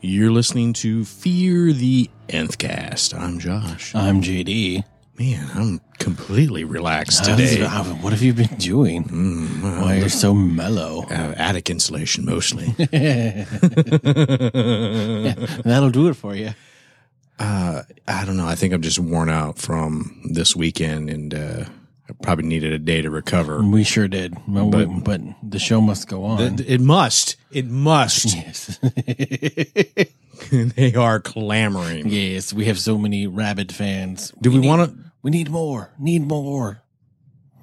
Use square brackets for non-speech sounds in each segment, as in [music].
You're listening to Fear the Nth Cast. I'm Josh. I'm JD. Man, I'm completely relaxed How's- today. Mm-hmm. how- what have you been doing? Why you're so [laughs] mellow? Uh, attic insulation [laughs] mostly. That'll do it for you. I don't know. I think I'm just worn out from this weekend and uh, I probably needed a day to recover. We sure did, but, But- we- but the show must go on. It must. It [laughs] must. yes, they are clamoring. [laughs] yes. We have so many rabid fans. Do we need- want to? We need more. Need more.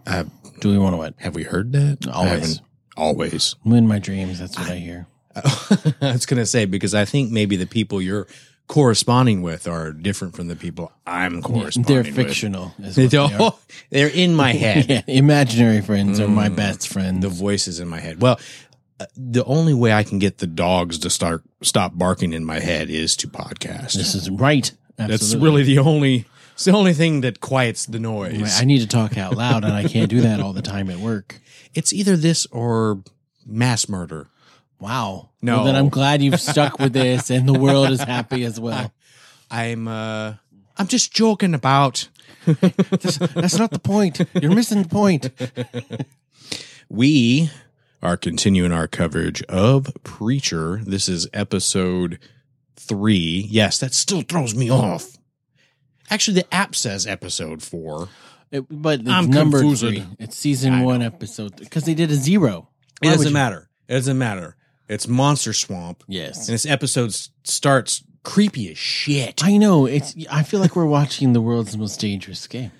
Uh, Do we want to what? have we heard that? I Always. haven't- Always. In my dreams, that's what I, hear. [laughs] I was going to say, because I think maybe the people you're corresponding with are different from the people I'm corresponding They're with. fictional. is They what they are. [laughs] don't, [laughs] they are in my head. yeah, imaginary friends are my best friends. Mm. The voices in my head. Well, uh, the only way I can get the dogs to start stop barking in my head is to podcast. this is right. That's Absolutely. really the only. It's the only thing that quiets the noise. I need to talk out loud, and I can't do that all the time at work. It's either this or mass murder. Wow. No. Well, then I'm glad you've stuck with this and the world is happy as well. I'm. uh I'm just joking about. That's not the point. You're missing the point. We are continuing our coverage of Preacher. This is episode three. Yes, that still throws me off. Actually, the app says episode four. It- but it's I'm number confused. three. It's season one, episode because they did a zero. It Why would doesn't you- matter. It doesn't matter. It's Monster Swamp, Yes. and this episode s- starts creepy as shit. I know. It's. I feel like we're watching the world's most dangerous game.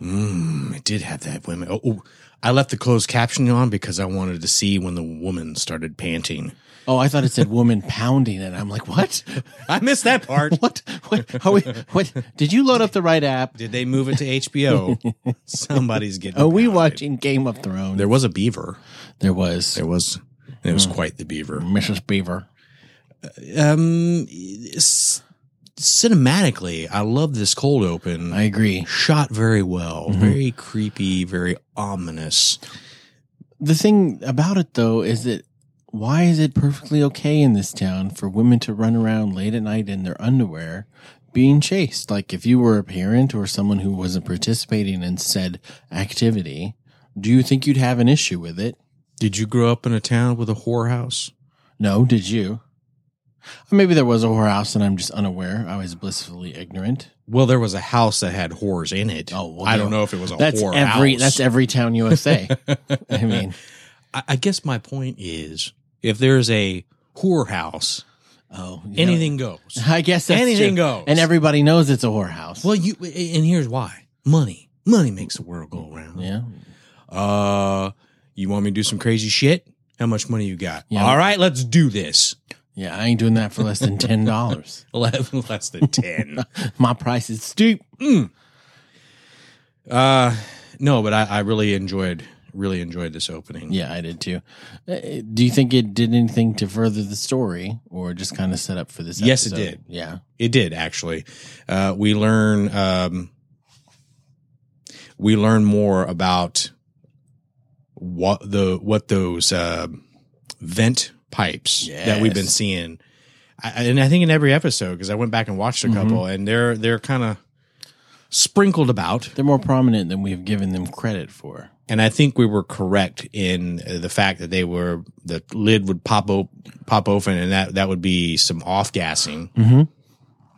Mm, it did have that women. Oh, oh, I left the closed captioning on because I wanted to see when the woman started panting. Oh, I thought it said woman pounding, and I'm like, what? [laughs] I missed that part. What? What? How we, what? Did you load up the right [laughs] app? did they move it to [laughs] HBO? Somebody's getting. Are we pounded. watching Game of Thrones? There was a beaver. There was There was. It was quite the beaver. Mrs. Beaver. Um, s- cinematically, I love this cold open. I agree. shot very well, very creepy, very ominous. The thing about it though is that why is it perfectly okay in this town for women to run around late at night in their underwear being chased? Like if you were a parent or someone who wasn't participating in said activity, do you think you'd have an issue with it? Did you grow up in a town with a whorehouse? No, did you? Or maybe there was a whorehouse and I'm just unaware. I was blissfully ignorant. Well, there was a house that had whores in it. Oh, well, I don't no. know if it was a That's whorehouse. [laughs] every that's every town USA. I mean, I, I guess my point is, if there's a whorehouse, oh, you know, anything goes. I guess that's anything true. goes. and everybody knows it's a whorehouse. Well, you and here's why: money. Money makes the world go round. yeah, Uh, you want me to do some crazy shit? How much money you got? Yeah. All right, let's do this. [laughs] Yeah, I ain't doing that for less than ten dollars. Eleven less than [laughs] ten. My price is steep. Uh, no, but I, I really enjoyed really enjoyed this opening. Yeah, I did too. Uh, Do you think it did anything to further the story, or just kind of set up for this? Yes, it episode? did. Yeah, It did actually. Uh, we learn um, we learn more about what the what those uh, vent pipes that we've been Yes. seeing, I, I- and I think in every episode because I went back and watched a couple, and they're they're kind of sprinkled about. they're more prominent than we have given them credit for. And I think we were correct in uh, the fact that they were the lid would pop op- pop open, and that that would be some off gassing. Mhm.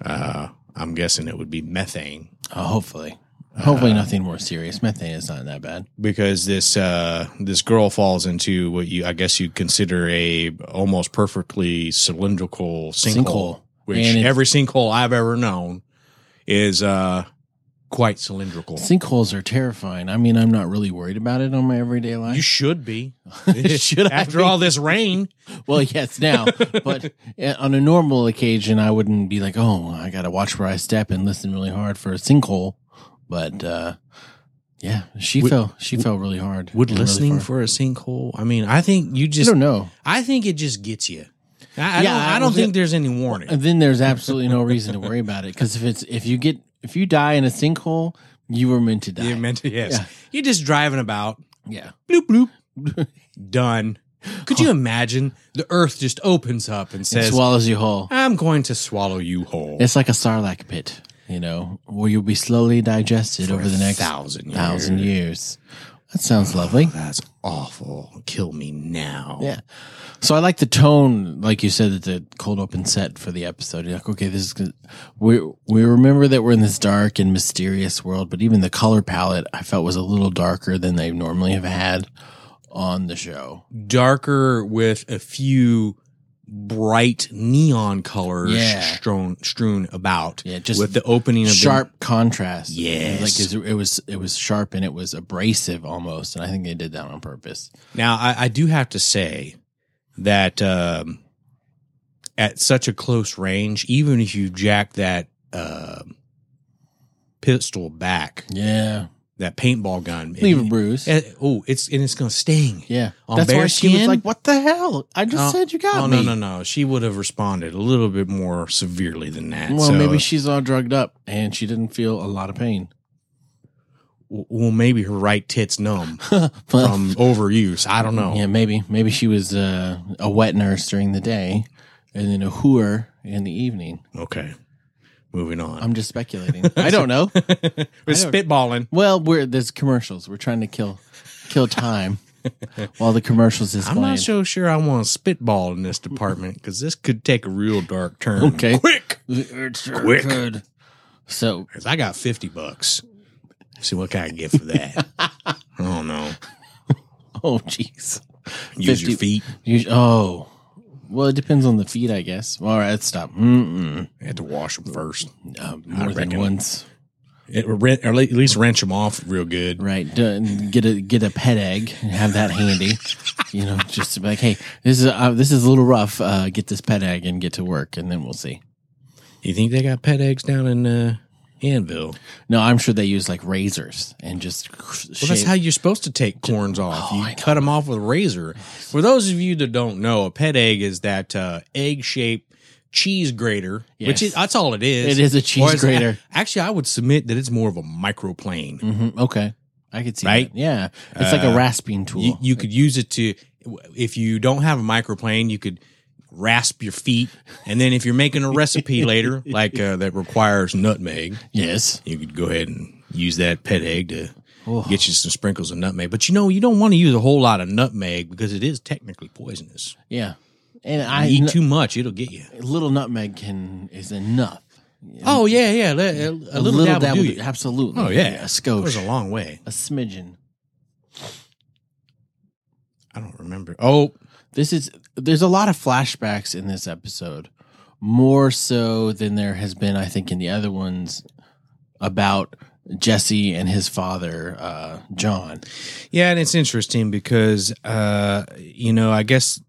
Uh, I'm guessing it would be methane. Uh, hopefully, Uh, hopefully nothing more serious. Methane is not that bad. because this uh, this girl falls into what you I guess you consider a almost perfectly cylindrical sinkhole, Sinkhole. which And it's- every sinkhole I've ever known is uh, quite cylindrical. Sinkholes are terrifying. I mean, I'm not really worried about it on my everyday life. You should be. [laughs] Should I After be? all this rain, Well, yes, now, [laughs] but uh, on a normal occasion, I wouldn't be like, "Oh, I got to watch where I step and listen really hard for a sinkhole." But uh, yeah, she Would- fell. She fell really hard. would and really listening far. for a sinkhole? I mean, I think you I just. don't know. I think it just gets you. I, I Yeah, don't. I I don't was- think there's any [laughs] warning. And then there's absolutely no reason to worry about it because if it's if you get if you die in a sinkhole, you were meant to die. You meant yes. Yeah. You're just driving about. yeah. [laughs] Bloop bloop. Done. Could you imagine the earth just opens up and It says, swallows you whole. I'm going to swallow you whole It's like a sarlacc pit, you know, where you'll be slowly digested for over the next thousand years. thousand years. That sounds lovely. That's awful. Kill me now. Yeah. So I like the tone, like you said, that the cold open set for the episode. You're like, okay, this is gonna, we we remember that we're in this dark and mysterious world, but even the color palette I felt was a little darker than they normally have had on the show. Darker with a few bright neon colors Yeah. strewn, strewn about. Yeah, just with the opening of the- sharp contrast. Yes. like is- it was it was sharp and it was abrasive almost, and I think they did that on purpose. Now, I, I do have to say that um, at such a close range, even if you jack that uh, pistol back, Yeah, that paintball gun, leave a and- bruise. and- oh, it's and it's gonna sting. yeah, On that's why she was bearskin? like, "What the hell? I just Oh, said you got Oh me." no, no, no! She would have responded a little bit more severely than that. Well, so- maybe she's all drugged up and she didn't feel a lot of pain. well, maybe her right tit's [laughs] numb well, from overuse. I don't know. Um, yeah, maybe. Maybe she was uh, a wet nurse during the day and then a hooer in the evening. Okay, moving on. I'm just speculating. I don't know. [laughs] We're spitballing. Well, we're there's commercials. We're trying to kill kill time while the commercials is I'm playing. not so sure I want to spitball in this department because this could take a real dark turn. Okay. quick, It sure Quick. could. So, because I got fifty bucks. See what can I get for that? I don't know. oh jeez. Use 50 your feet You- Oh. Well, it depends on the feed, I guess. All right, let's stop. Mm-mm. I had to wash them first. Uh, more than reckon. once. It, rent, or at least wrench them off real good. Right. D- Get a get a pet egg and have that handy. you know, just to be like, hey, this is uh, this is a little rough. Uh, get this pet egg and get to work, and then we'll see. You think they got pet eggs down in uh, Anvil? No, I'm sure they use like razors and just Well, that's shave- how you're supposed to take corns Oh, off. you cut them off with a razor. For those of you that don't know, a pet egg is that uh, egg-shaped cheese grater, which Yes. is that's all it is. It is a Or cheese it's- grater. Actually, I would submit that it's more of a microplane. Mhm, okay, I could see. Right? Uh, That. Yeah, it's like a rasping tool. You, you could use it to, if you don't have a microplane, you could rasp your feet, and then if you're making a recipe later, like uh, that requires nutmeg, yes. you could go ahead and use that pet egg to Oh. get you some sprinkles of nutmeg. But you know, you don't want to use a whole lot of nutmeg because it is technically poisonous. Yeah. And You I eat n- too much, it'll get you. little nutmeg can is enough. Oh yeah, yeah, le- a, a little, dab, will do do- you. absolutely. Oh yeah, a It was skosh, a long way. a smidgen. I don't remember. Oh, This is there's a lot of flashbacks in this episode, more so than there has been, I think, in the other ones about Jesse and his father, uh, John. Yeah, and it's interesting because uh, you know, I guess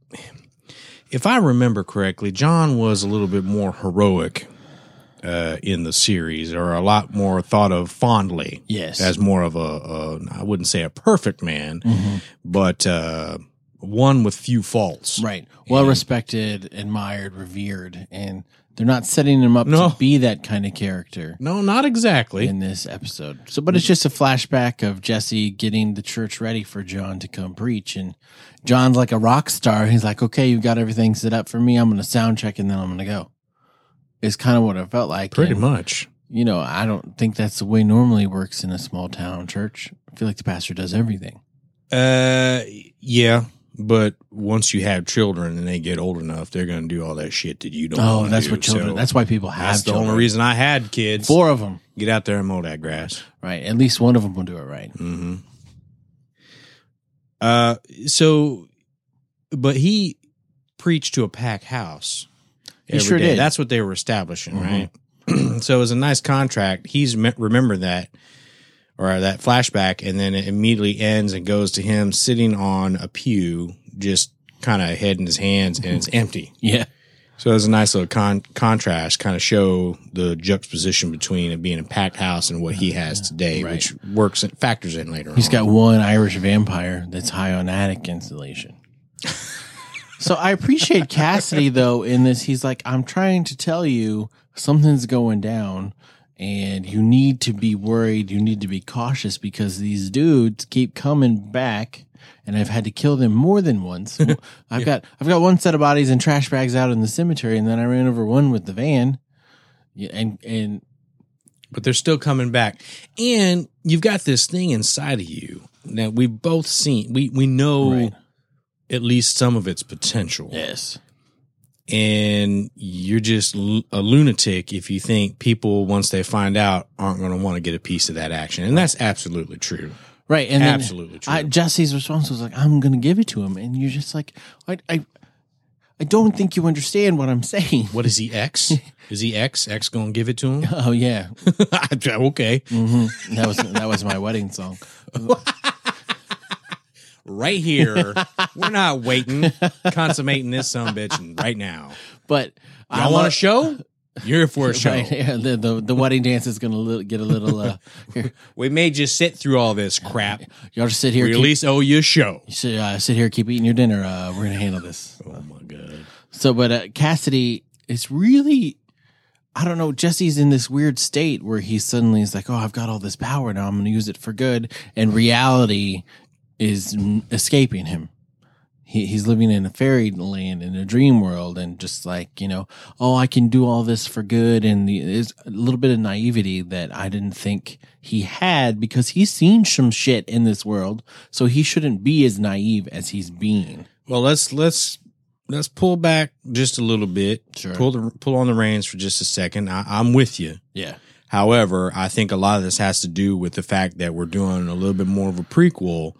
if I remember correctly, John was a little bit more heroic uh, in the series, or a lot more thought of fondly Yes, as more of a, a I wouldn't say a perfect man, Mm-hmm. but uh, one with few faults. right. Well respected, admired, revered, and they're not setting him up No. to be that kind of character No, not exactly. in this episode. So, but it's just a flashback of Jesse getting the church ready for John to come preach, and John's like a rock star. He's like, "Okay, you've got everything set up for me. I'm going to sound check, and then I'm going to go." Is kind of what it felt like. Pretty And, much. You know, I don't think that's the way normally works in a small town church. I feel like the pastor does everything. Uh, yeah. But once you have children and they get old enough, they're going to do all that shit that you don't. Oh, wanna that's do. what children. So- that's why people have That's the children. only reason I had kids. Four of them, Get out there and mow that grass. right? At least one of them will do it right. [laughs] Mm-hmm. Uh, so, but he preached to a packed house. He every sure day. did. Mm-hmm. That's what they were establishing, right? [clears throat] so it was a nice contract. He's me- remembered that or that flashback, and then it immediately ends and goes to him sitting on a pew, just kind of head in his hands, and it's empty. Yeah, So there's a nice little con- contrast, kind of show the juxtaposition between it being a packed house and what he has today, Right. which works and factors in later. He's on. got one Irish vampire that's high on attic insulation. [laughs] so I appreciate Cassidy though in this. He's like, I'm trying to tell you something's going down, and you need to be worried. You need to be cautious because these dudes keep coming back and I've had to kill them more than once. I've got I've got one set of bodies in trash bags out in the cemetery, and then I ran over one with the van. Yeah, and and but they're still coming back. And you've got this thing inside of you that we've both seen. We we know Right. at least some of its potential. yes, And you're just l- a lunatic if you think people once they find out aren't going to want to get a piece of that action. And that's absolutely true. right, and then absolutely true. I, Jesse's response was like, "I'm gonna give it to him," and you're just like, I I, I don't think you understand what I'm [laughs] saying. what is he [laughs] X? is he X? X going to give it to [laughs] him? Oh yeah, okay. Mhm. that was that was my wedding song. Right here. We're not waiting. Consummating this son of a bitch right [laughs] now. But I want a show? You're for a show. [laughs] Right, yeah, the, the the wedding dance is gonna li- get a little. Uh, here, We may just sit through all this crap. y'all just sit [laughs] here, We at keep, least owe you a show. sit, uh, sit here, keep eating your dinner. Uh, we're gonna handle this. Oh my god. So, but uh, Cassidy is really, I don't know. Jesse's in this weird state where he suddenly is like, "Oh, I've got all this power now. I'm going to use it for good." And reality is mm, escaping him. He, he's living in a fairyland in a dream world, and just like you know, oh, I can do all this for good. And the, there's a little bit of naivety that I didn't think he had because he's seen some shit in this world, so he shouldn't be as naive as he's being. Well, let's let's let's pull back just a little bit. Sure. Pull the pull on the reins for just a second. I, I'm with you. Yeah. However, I think a lot of this has to do with the fact that we're doing a little bit more of a prequel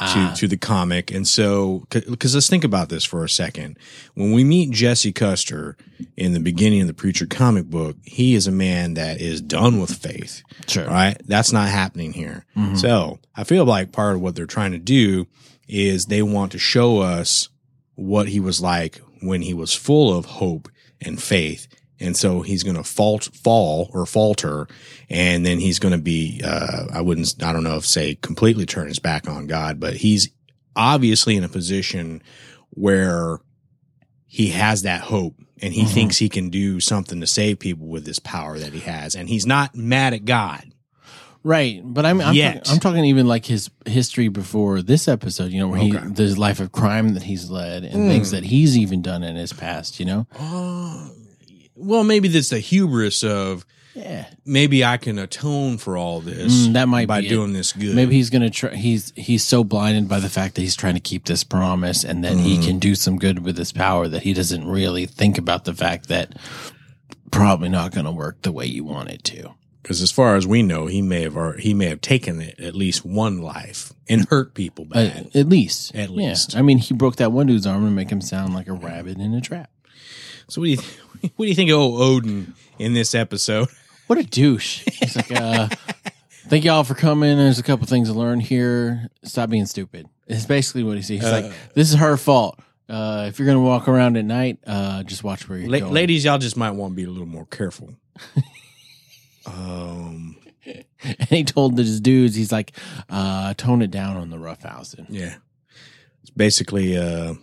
Ah. to to the comic, and so because let's think about this for a second. When we meet Jesse Custer in the beginning of the Preacher comic book, he is a man that is done with faith. Sure. right? That's not happening here. So I feel like part of what they're trying to do is they want to show us what he was like when he was full of hope and faith. And so he's going to fault, fall or falter. And then he's going to be, uh, I wouldn't, I don't know if say completely turn his back on God, but he's obviously in a position where he has that hope and he Mhm. thinks he can do something to save people with this power that he has. And he's not mad at God. Right, but I'm I'm, Yet. talking- I'm talking even like his history before this episode. You know, where he Okay. Hmm. the life of crime that he's led and things that he's even done in his past. You know, Oh, well, maybe that's the hubris of yeah, maybe I can atone for all this Mm, that might by be it. doing this good. maybe he's gonna try. He's he's so blinded by the fact that he's trying to keep this promise and that Hmm. he can do some good with his power that he doesn't really think about the fact that probably not gonna work the way you want it to. because as far as we know, he may have or he may have taken it, at least one life and hurt people bad. Uh, At, at least, At Yeah. least. Hmm. I mean, he broke that one dude's arm to make him sound like a rabbit in a trap. so what do you [laughs] what do you think of old Odin in this episode? What a douche. He's like, uh, thank y'all for coming. There's a couple things to learn here. Stop being stupid. It's basically what he says. He's Uh. like, this is her fault. Uh, if you're going to walk around at night, uh, just watch where [laughs] you're La- going. ladies, y'all just might want to be a little more careful. [laughs] um, And [laughs] he told these dudes, he's like, uh, tone it down on the roughhousing. yeah, it's basically uh,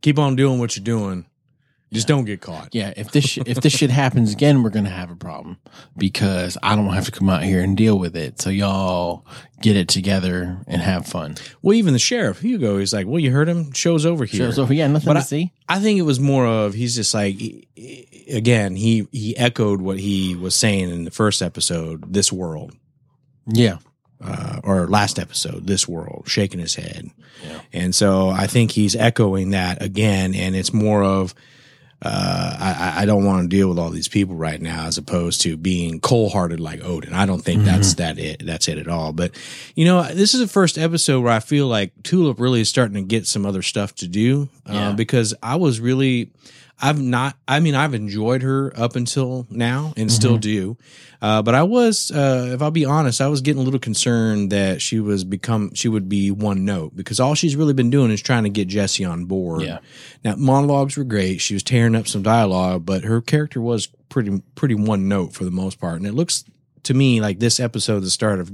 keep on doing what you're doing. Just don't get caught. Yeah, if this sh- if this shit happens again, we're gonna have a problem because I don't have to come out here and deal with it. So y'all get it together and have fun. Well, even the sheriff Hugo is like, "Well, you heard him. Show's over here." Shows over, yeah, nothing But to I- see. I think it was more of he's just like, he- he- again, he he echoed what he was saying in the first episode, this world, Yeah, uh, or last episode, this world, shaking his head, Yeah. and so I think he's echoing that again, and it's more of. Uh, I, I- I don't want to deal with all these people right now, as opposed to being cold-hearted like Odin. I don't think that's Mm-hmm. that it. That's it at all. But you know, this is the first episode where I feel like Tulip really is starting to get some other stuff to do Yeah. uh, because I was really, I've not, I mean, I've enjoyed her up until now and Mm-hmm. still do. Uh, but I was, uh, if I'll be honest, I was getting a little concerned that she was become, she would be one note because all she's really been doing is trying to get Jesse on board. Yeah. Now monologues were great. She was tearing up some dialogue, but her character was pretty, pretty one note for the most part. And it looks to me like this episode, the start of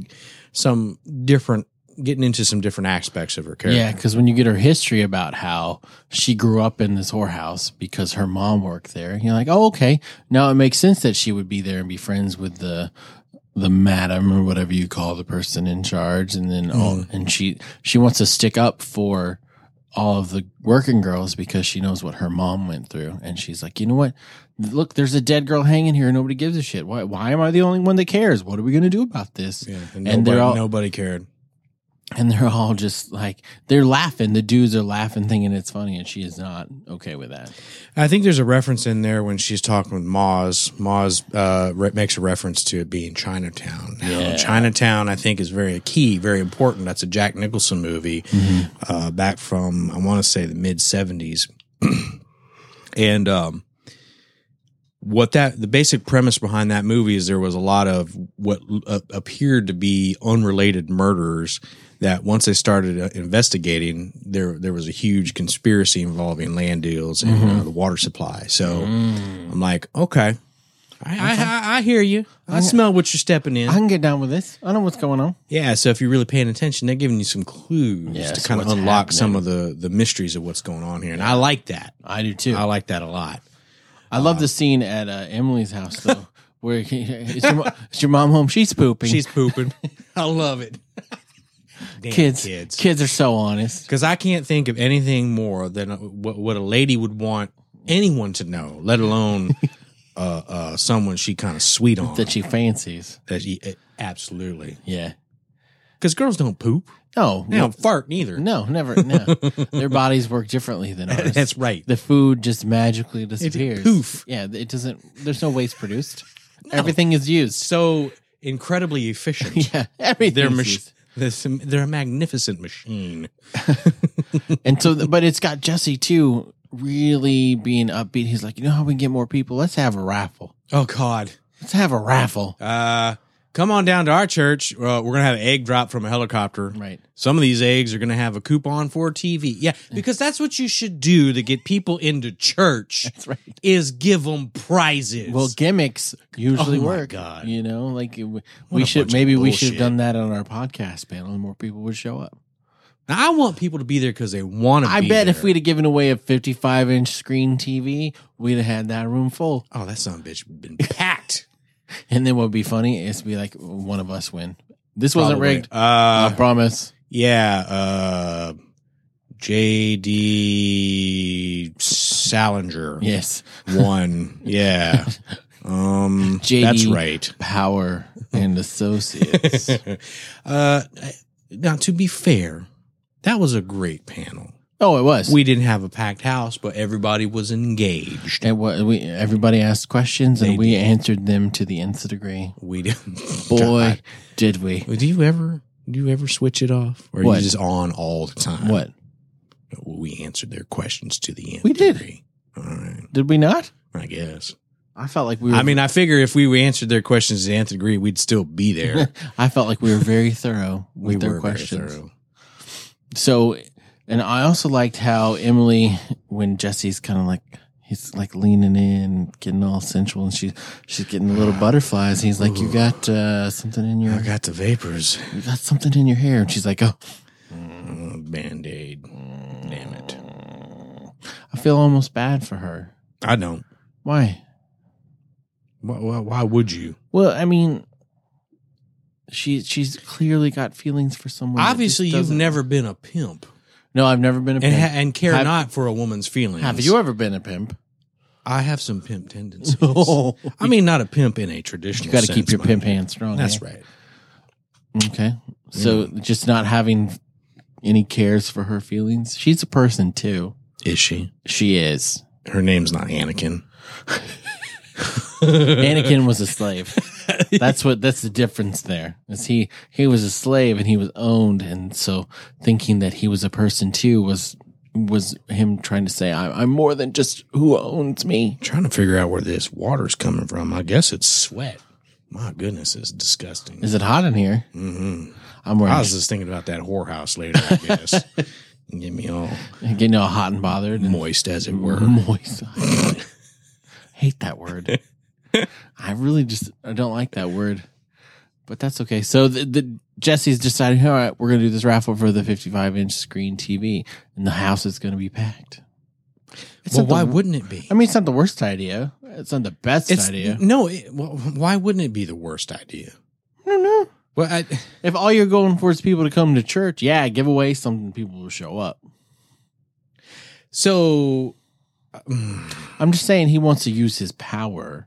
some different, getting into some different aspects of her character. Yeah, because when you get her history about how she grew up in this whorehouse because her mom worked there, you're like, oh, okay, now it makes sense that she would be there and be friends with the the madam or whatever you call the person in charge and then all and she she wants to stick up for all of the working girls because she knows what her mom went through and she's like you know what look there's a dead girl hanging here nobody gives a shit why why am i the only one that cares what are we going to do about this Yeah, and, And nobody, they're all- nobody cared. and they're all just like they're laughing the dudes are laughing thinking it's funny and she is not okay with that I think there's a reference in there when she's talking with Moz. Moz uh, re- makes a reference to it being Chinatown. Now, Yeah. Chinatown, I think, is very key, very important. That's a Jack Nicholson movie uh, back from, I want to say, the mid 70s. [clears throat] and um, what that, the basic premise behind that movie is there was a lot of what uh, appeared to be unrelated murders that once they started uh, investigating, there there was a huge conspiracy involving land deals and uh, the water supply. So I'm like, okay, Mm. I, I, I, I hear you. I smell what you're stepping in. i can get down with this i know what's going on yeah. So if you're really paying attention, they're giving you some clues Yes, to kind of what's unlock happening. some of the the mysteries of what's going on here, and I like that. i do too I like that a lot. I love the scene at uh, Emily's house though, [laughs] where he, is, your, mo- is your mom home? She's pooping. She's pooping. [laughs] I love it. [laughs] Damn kids. Kids, kids. are so honest. Because I can't think of anything more than uh, what, what a lady would want anyone to know, let [laughs] alone uh, uh, someone she kind of sweet on. That she fancies. That she- eh, absolutely. Yeah. Because girls don't poop. No. They don't fart neither. No. [laughs] Never. No. Their bodies work differently than ours. That's right. the food just magically disappears. poof. Yeah. It doesn't. There's no waste produced. Everything is used. [laughs] So incredibly efficient. Yeah. Everything. They're is mach- used. this, they're a magnificent machine. And so, but it's got Jesse too. Really being upbeat. He's like, you know how we can get more people? Let's have a raffle. Oh God! Let's have a raffle. Uh, come on down to our church. Uh, we're gonna have an egg drop from a helicopter. Right. Some of these eggs are going to have a coupon for a TV. Yeah, because that's what you should do to get people into church. That's right. Is give them prizes. Well, gimmicks usually Oh my work. God. You know, like it- we a bunch should of maybe we should have bullshit. done that on our podcast panel, and more people would show up. now, I want people to be there because they want to. I be bet if there. we'd have given away a fifty-five inch screen TV, we'd have had that room full. Oh, that son of a bitch been [laughs] packed. And then what would be funny is to be like one of us win. This wasn't Probably. rigged. I Uh, promise. yeah. Uh, J.D. Salinger. Yes, One. [laughs] Yeah. Um. J.D.. That's right. power and associates. [laughs] uh, now, to be fair, that was a great panel. oh, it was. We didn't have a packed house, but everybody was engaged. it wa- we everybody asked questions and They we answered them to the nth degree. We did. [laughs] Boy, did we! God. do you ever do you ever switch it off, or are What? you just on all the time? What we answered their questions to the end. We did. All right, did we not? I guess. I felt like we were I mean, I figure if we answered their questions to the nth degree, we'd still be [laughs] there. [laughs] I felt like we were very thorough [laughs] with we their were very questions. thorough. So, and I also liked how Emily, when Jesse's kind of like, he's like leaning in, getting all sensual, and she's she's getting the little butterflies. He's like, "You got uh, something in your, I got the vapors. you got something in your hair," and she's like, "Oh, Oh, Band aid. Damn it. I feel almost bad for her. I don't. Why? Why, why, why would you? Well, I mean." She she's clearly got feelings for someone. that just Obviously, you've doesn't- never been a pimp No, I've never been a and, pimp. ha- and care Have- not for a woman's feelings. Have you ever been a pimp? I have some pimp tendencies. [laughs] Oh. I mean, not a pimp in a traditional. You got to keep sense, your mind pimp you. hand strong. yeah? That's right. Okay. So just not having any cares for her feelings. She's a person too. Is she? She [laughs] is. Her name's not Anakin. Anakin was a slave. That's what that's the difference there. Is he he was a slave and he was owned and so thinking that he was a person too was was him trying to say I, I'm more than just who owns me. trying to figure out where this water's coming from. I guess it's sweat. My goodness, it's disgusting. Is it hot in here? hmm I'm I wearing was just thinking about that whorehouse later. I guess. Get me all [laughs] getting all hot and bothered and moist, as it were. Mm-hmm. moist. [laughs] hate that word. [laughs] I really just I don't like that word, but that's okay. So the, the Jesse's deciding, all right, we're gonna do this raffle for the 55 inch screen TV, and the house is gonna be packed. It's Well, not the- why wouldn't it be? I mean, it's not the worst idea. It's not the best it's idea. no. It, well, why wouldn't it be the worst idea? don't know. Well, I, If all you're going for is people to come to church, yeah, give away something, people will show up. so I'm just saying he wants to use his power,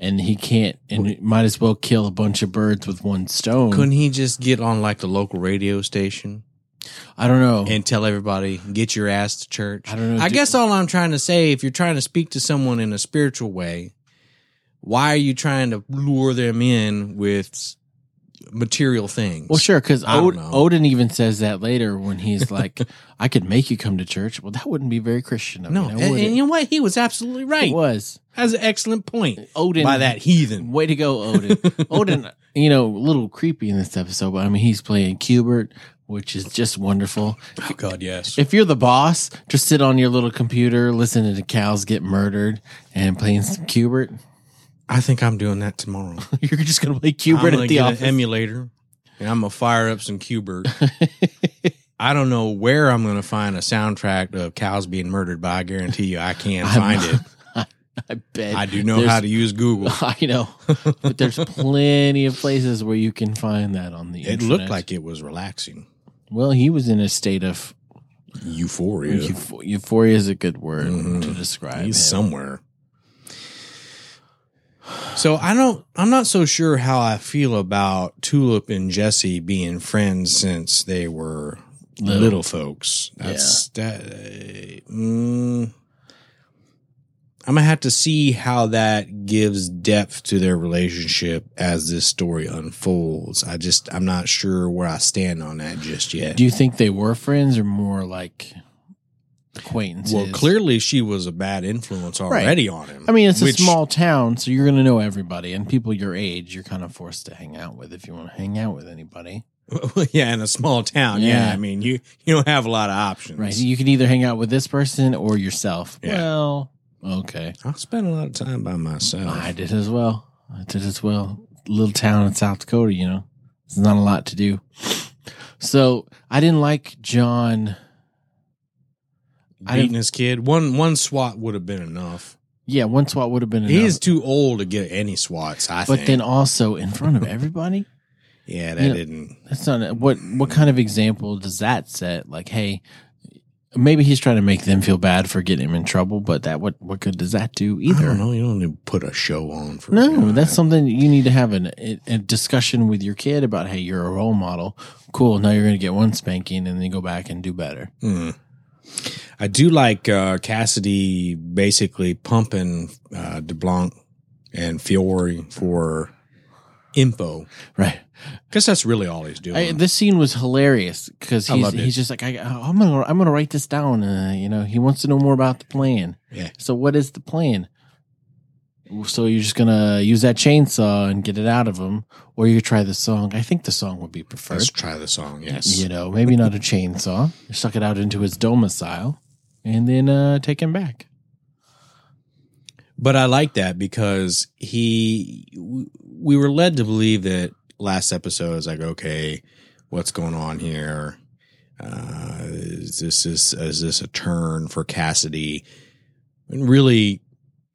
and he can't, and he might as well kill a bunch of birds with one stone. couldn't he just get on like the local radio station I don't know. and tell everybody get your ass to church? I don't know. I Do- guess all I'm trying to say, if you're trying to speak to someone in a spiritual way, why are you trying to lure them in with s- material things? Well, sure, because I don't Od- know. Odin even says that later when he's like, [laughs] "I could make you come to church." Well, that wouldn't be very Christian. Of No, me, now, and, would and it? you know what? He was absolutely It right. was That's an excellent point Odin by that heathen. Way to [laughs] go, Odin. Odin, you know, a little creepy in this episode, but I mean, he's playing Cubert, which is just wonderful. Oh, God, yes. If you're the boss, just sit on your little computer, listening to cows get murdered, and playing some Cubert. [laughs] I think I'm doing that tomorrow. You're just gonna play I'm Cubert gonna at the get office. an emulator, and I'm gonna fire up some [laughs] Qbert. I don't know where I'm gonna find a soundtrack of cows being murdered, but I guarantee you I can I'm- find it. I bet. I do know there's- how to use Google. [laughs] I know, [laughs] but there's plenty of places where you can find that on the It internet. looked like it was relaxing. Well, he was in a state of Euphoria. eupho- euphoria is a good word Mhm. to describe. He's him. somewhere. So I don't I'm not so sure how I feel about Tulip and Jesse being friends since they were little, Little. folks. That's that mm, I'm gonna have to see how that gives depth to their relationship as this story unfolds. I just I'm not sure where I stand on that just yet. Do you think they were friends or more like acquaintances? Well, clearly she was a bad influence already on him. I mean, it's which- a small town, so you're going to know everybody, and people your age, you're kind of forced to hang out with if you want to hang out with anybody, [laughs] yeah, in a small town. Yeah. Yeah. I mean, you you don't have a lot of options. right? You can either hang out with this person or yourself. Yeah. Well, okay, I spent a lot of time by myself. I did as well. I did as well. Little town in South Dakota, you know, there's not a lot to do. So I didn't like John. I Beating didn't- his kid. One one swat would have been enough. Yeah, one swat would have been enough. He is too old to get any swats. I but think. then also in [laughs] front of everybody. yeah, that you know- didn't. That's not what. What kind of example does that set? Like, hey, maybe he's trying to make them feel bad for getting him in trouble, but that what what good does that do I don't either? know. You don't need to put a show on for. No, God. that's something you need to have an, a, a discussion with your kid about. Hey, you're a role model. Cool. Now you're going to get one spanking, and then you go back and do better. Hmm. I do like uh, Cassidy basically pumping uh, DeBlanc and Fiore for info. Right. Guess that's really all he's doing. I, this scene was hilarious because I he's loved it. he's just like I, I'm gonna I'm gonna write this down. Uh, you know, he wants to know more about the plan. Yeah. So what is the plan? So you're just gonna use that chainsaw and get it out of him, or you try the song. I think the song would be preferred. Let's try the song. Yes. You know, maybe not a chainsaw. Suck it out into his domicile, and then uh, take him back. But I like that because he, we were led to believe that last episode is like, okay, what's going on here? Uh, is this is is this a turn for Cassidy? And really,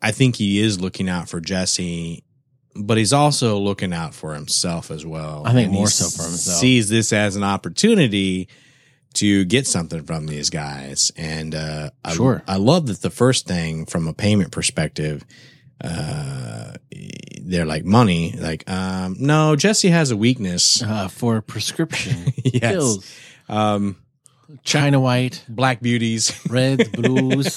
I think he is looking out for Jesse, but he's also looking out for himself as well. I think And he more so for himself. Sees this as an opportunity to get something from these guys, and uh, I, Sure. I love that the first thing from a payment perspective, uh, they're like money, like um, no, Jesse has a weakness. Uh, for prescription [laughs] yes, pills, um, China white, black [laughs] beauties, [laughs] red, blues.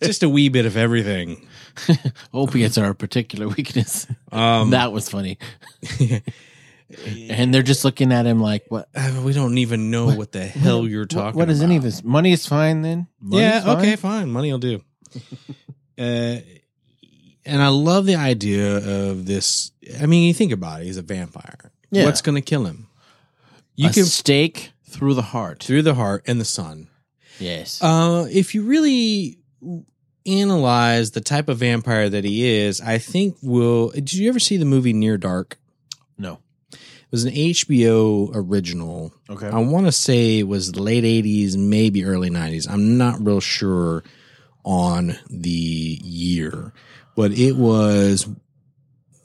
just a wee bit of everything. Opiates are a particular weakness. Um, that was [laughs] funny. and they're just looking at him like, "What? uh, [sighs] we don't even know what, the hell you're talking. What is any of about. this? Money is fine then. Money's yeah, fine? okay, fine. Money'll do. [laughs] uh, and I love the idea of this. I mean, you think about it. He's a vampire. Yeah. What's going to kill him? You You a can can stake through the heart. through the heart and the sun. Yes. Uh, if you really analyze the type of vampire that he is, I think will. Did you ever see the movie Near Dark? no. It was an HBO original. Okay. I want to say it was late 80s, maybe early 90s. I'm not real sure on the year, but it was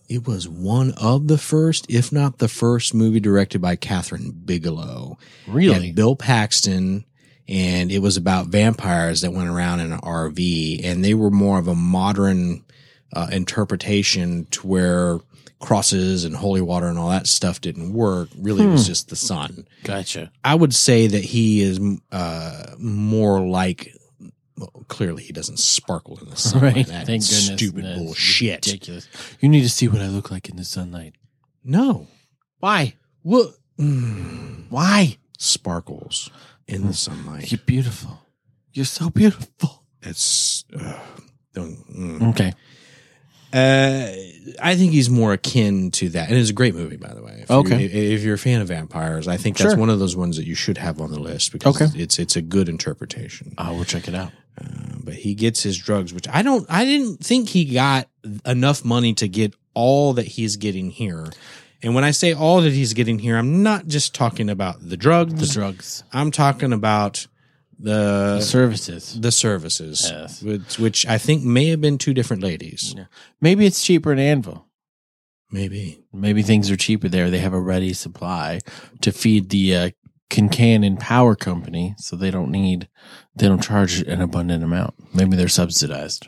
It was one of the first, if not the first movie directed by Catherine Bigelow. Really? And Bill Paxton. And it was about vampires that went around in an RV and they were more of a modern uh, interpretation to where crosses and holy water and all that stuff didn't work. Really, it was just the sun. [laughs] Gotcha. I would say that he is uh, more like. Well, clearly, he doesn't sparkle in the sun. Right. That Thank goodness. Stupid That's bullshit. Ridiculous. You need to see what I look like in the sunlight. No. Why? Well, mm, Why? sparkles in the sunlight. You're beautiful. You're so beautiful. It's. Uh, don't. mm. Okay. Uh, I think he's more akin to that, and it's a great movie, by the way. If Okay. you, if you're a fan of vampires, I think that's Sure. one of those ones that you should have on the list because Okay. it's it's a good interpretation. I will check it out. Uh, but he gets his drugs, which I don't. I didn't think he got enough money to get all that he's getting here. And when I say all that he's getting here, I'm not just talking about the drugs. The drugs. I'm talking about the Services. the services, Yes. which, which I think may have been two different ladies. Yeah. Maybe it's cheaper in Anvil. Maybe Maybe things are cheaper there. They have a ready supply to feed the uh, Kincannon Power Company, so they don't need, they don't charge an abundant amount. Maybe they're subsidized.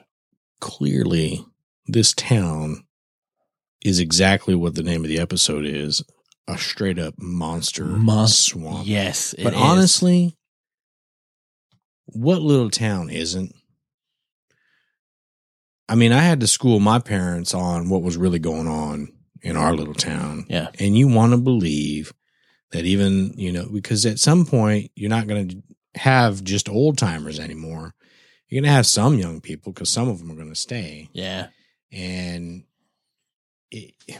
clearly this town is exactly what the name of the episode is: a straight up monster Mon- swamp. Yes, but honestly, what little town isn't? I mean, I had to school my parents on what was really going on in our little town. Yeah. And you want to believe that even, you know, because at some point you're not going to have just old timers anymore. You're going to have some young people because some of them are going to stay yeah, and it, [sighs]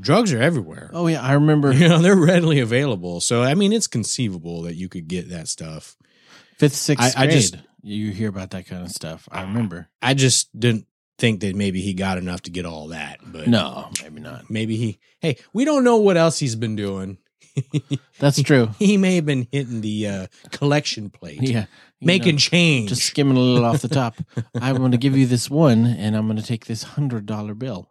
drugs are everywhere. oh yeah, [laughs] I remember You know, they're readily available. So, I mean, it's conceivable that you could get that stuff. fifth, sixth I- I grade. just- you hear about that kind of stuff. I remember. I just didn't think that maybe he got enough to get all that. But No, Ah, maybe not. maybe he, hey, we don't know what else he's been doing. [laughs] That's true. He may have been hitting the uh, collection plate, Yeah, You making know, change. just skimming a little off the top. I'm going to give you this one, and I'm going to take this hundred dollar bill.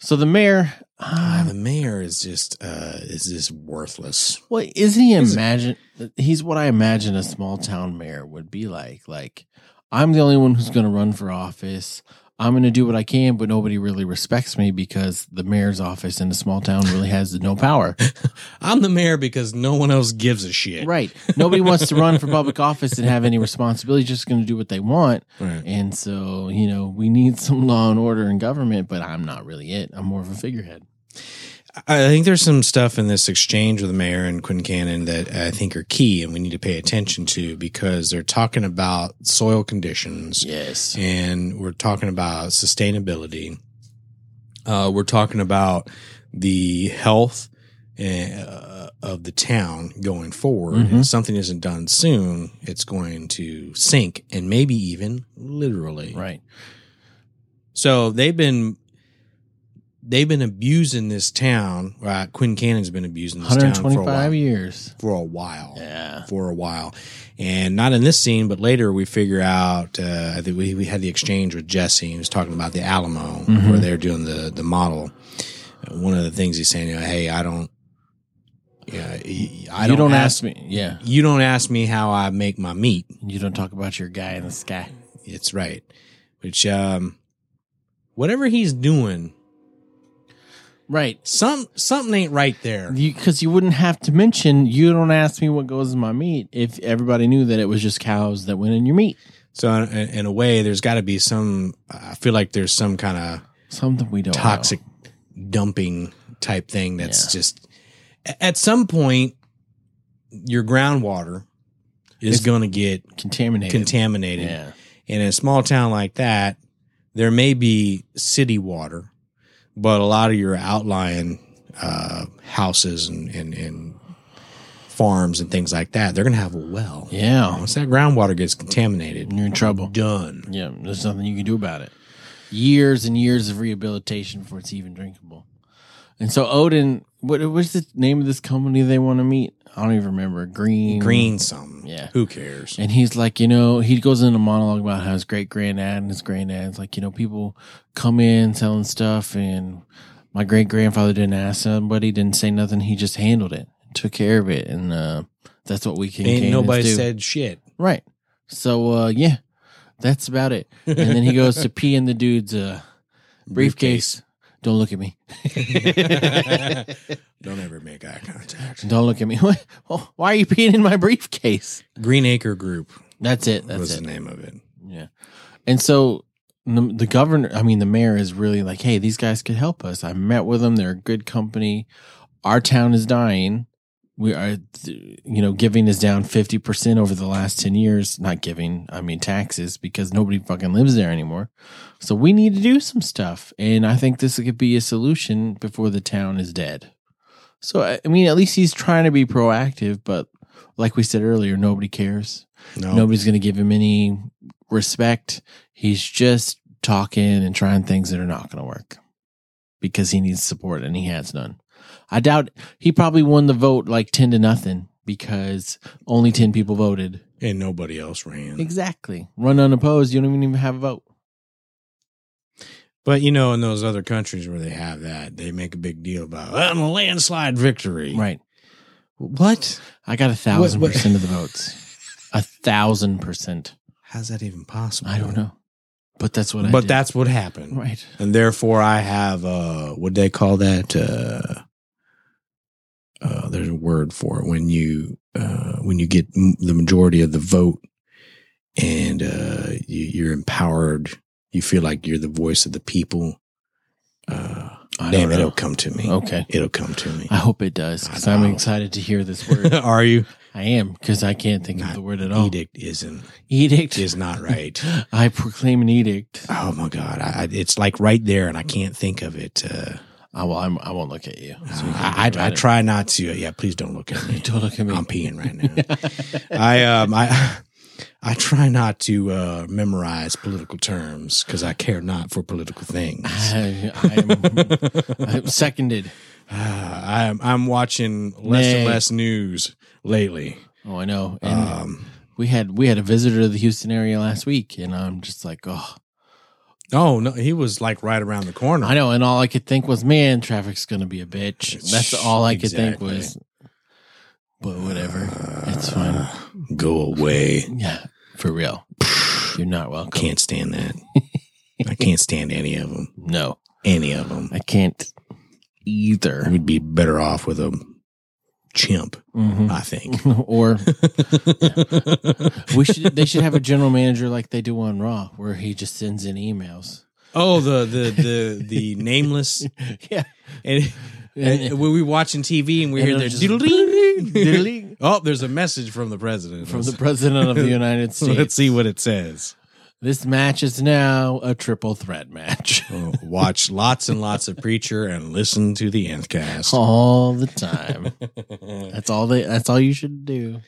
So the mayor, Ah, um, the mayor is just uh, is just worthless. Well, isn't he Is it- imagine? He's what I imagine a small town mayor would be like. Like, I'm the only one who's going to run for office. I'm going to do what I can, but nobody really respects me because the mayor's office in a small town really has [laughs] no power. I'm the mayor because no one else gives a shit. right. Nobody wants to run for public office and have any responsibility. Just going to do what they want. right. And so, you know, we need some law and order in government, but I'm not really it. I'm more of a figurehead. I think there's some stuff in this exchange with the mayor and Quinn Cannon that I think are key and we need to pay attention to because they're talking about soil conditions Yes. and we're talking about sustainability. Uh, we're talking about the health uh, of the town going forward. Mhm. If something isn't done soon, it's going to sink and maybe even literally. Right. So they've been they've been abusing this town. Right, Quinn Cannon's been abusing this town for a 125 while. years. For a while. Yeah. For a while, and not in this scene, but later we figure out. Uh, I think we we had the exchange with Jesse. and He was talking about the Alamo, Mhm. where they're doing the the model. Uh, One of the things he's saying, you know, hey, I don't, yeah, I you don't ask me. Yeah. You don't ask me how I make my meat. You don't talk about your guy in the sky. It's right. Which, um, whatever he's doing, Right. Some something ain't right there. Because you, wouldn't have to mention, you don't ask me what goes in my meat if everybody knew that it was just cows that went in your meat. So in, in a way, there's got to be some. I feel like there's some kind of Oh, Something we don't know. toxic dumping type thing that's just. a- At some point, your groundwater is It's going to get Contaminated. contaminated, Yeah. and in a small town like that, there may be city water, but a lot of your outlying uh, houses and, and and farms and things like that, they're going to have a well. Yeah. Once that groundwater gets contaminated, You're in trouble. done. Yeah. There's nothing you can do about it. Years and years of rehabilitation before it's even drinkable. And so Odin, what what's the name of this company they want to meet? I don't even remember green Green something. Yeah. Who cares? And he's like, you know, he goes into monologue about how his great granddad and his granddad's like, you know, people come in selling stuff, and my great grandfather didn't ask somebody, didn't say nothing. He just handled it, took care of it, and uh, that's what we can. Ain't nobody do. said shit. right. So uh, yeah, that's about it. And then he goes to pee in the [laughs] dude's uh, briefcase. Don't look at me. [laughs] Don't ever make eye contact. Don't look at me. [laughs] What? Oh, Why are you peeing in my briefcase? Green Acre Group That's it. was That's it. the name of it. Yeah. And so the, the governor, I mean, the mayor is really like, hey, these guys could help us. I met with them. They're a good company. Our town is dying. We are, th- you know, giving is down 50% over the last 10 years. Not giving, I mean, taxes because nobody fucking lives there anymore. So we need to do some stuff. And I think this could be a solution before the town is dead. So, I- I mean, at least he's trying to be proactive, but like we said earlier, nobody cares. No, Nobody's going to give him any respect. He's just talking and trying things that are not going to work because he needs support and he has none. I doubt he probably won the vote like 10 to nothing because only 10 people voted. and nobody else ran. Exactly. Run unopposed. You don't even have a vote. But you know, in those other countries where they have that, they make a big deal about "Oh, I'm a landslide victory. Right. What? I got a thousand what- percent of the votes. A thousand percent. How's that even possible? I don't know. But that's what I but did. that's what happened, right. and therefore I have uh, what they call that? Uh, uh, there's a word for it when you uh, when you get m- the majority of the vote, and uh, you, you're empowered. You feel like you're the voice of the people. Uh, I damn, don't know. Oh. it'll come to me. Okay. It'll come to [laughs] me. I hope it does because I I'm know. excited to hear this word. Are you? I am because I can't think of Not the word at all. Edict isn't Edict. is [laughs] not right. I proclaim an edict. Oh my god, I, I- it's like right there, and I can't think of it. Uh, I will. I'm, I won't look at you. So you I, can think I, I about it. try not to. Yeah, please don't look at me. [laughs] Don't look at me. I'm peeing right [laughs] now. [laughs] I um I I try not to uh, memorize political terms because I care not for political things. I, I'm, I'm seconded. Ah, I'm I'm watching less Nay. and less news lately. Oh, I know. And Um, we had we had a visitor to the Houston area last week, and I'm just like, oh, oh no, he was like right around the corner. I know. And all I could think was, man, traffic's gonna be a bitch. That's all I could think Exactly. was. But whatever, it's fine. Uh. Go away. [laughs] Yeah, for real. You're not welcome. Can't stand that. I can't stand any of them. No, Any of them. I can't either. We'd be better off with a chimp, Mhm. I think. [laughs] or We should. They should have a general manager like they do on Raw, where he just sends in emails. [laughs] oh, the the the the nameless Yeah. and, and we were watching TV and we hear And it'll their just- diddle Diddly. [laughs] Oh, there's a message from the president. From the president of the [laughs] United States. Let's see what it says. This match is now a triple threat match. [laughs] Oh, watch lots and lots of preacher and listen to the nth cast. All the time. That's all they. That's all you should do.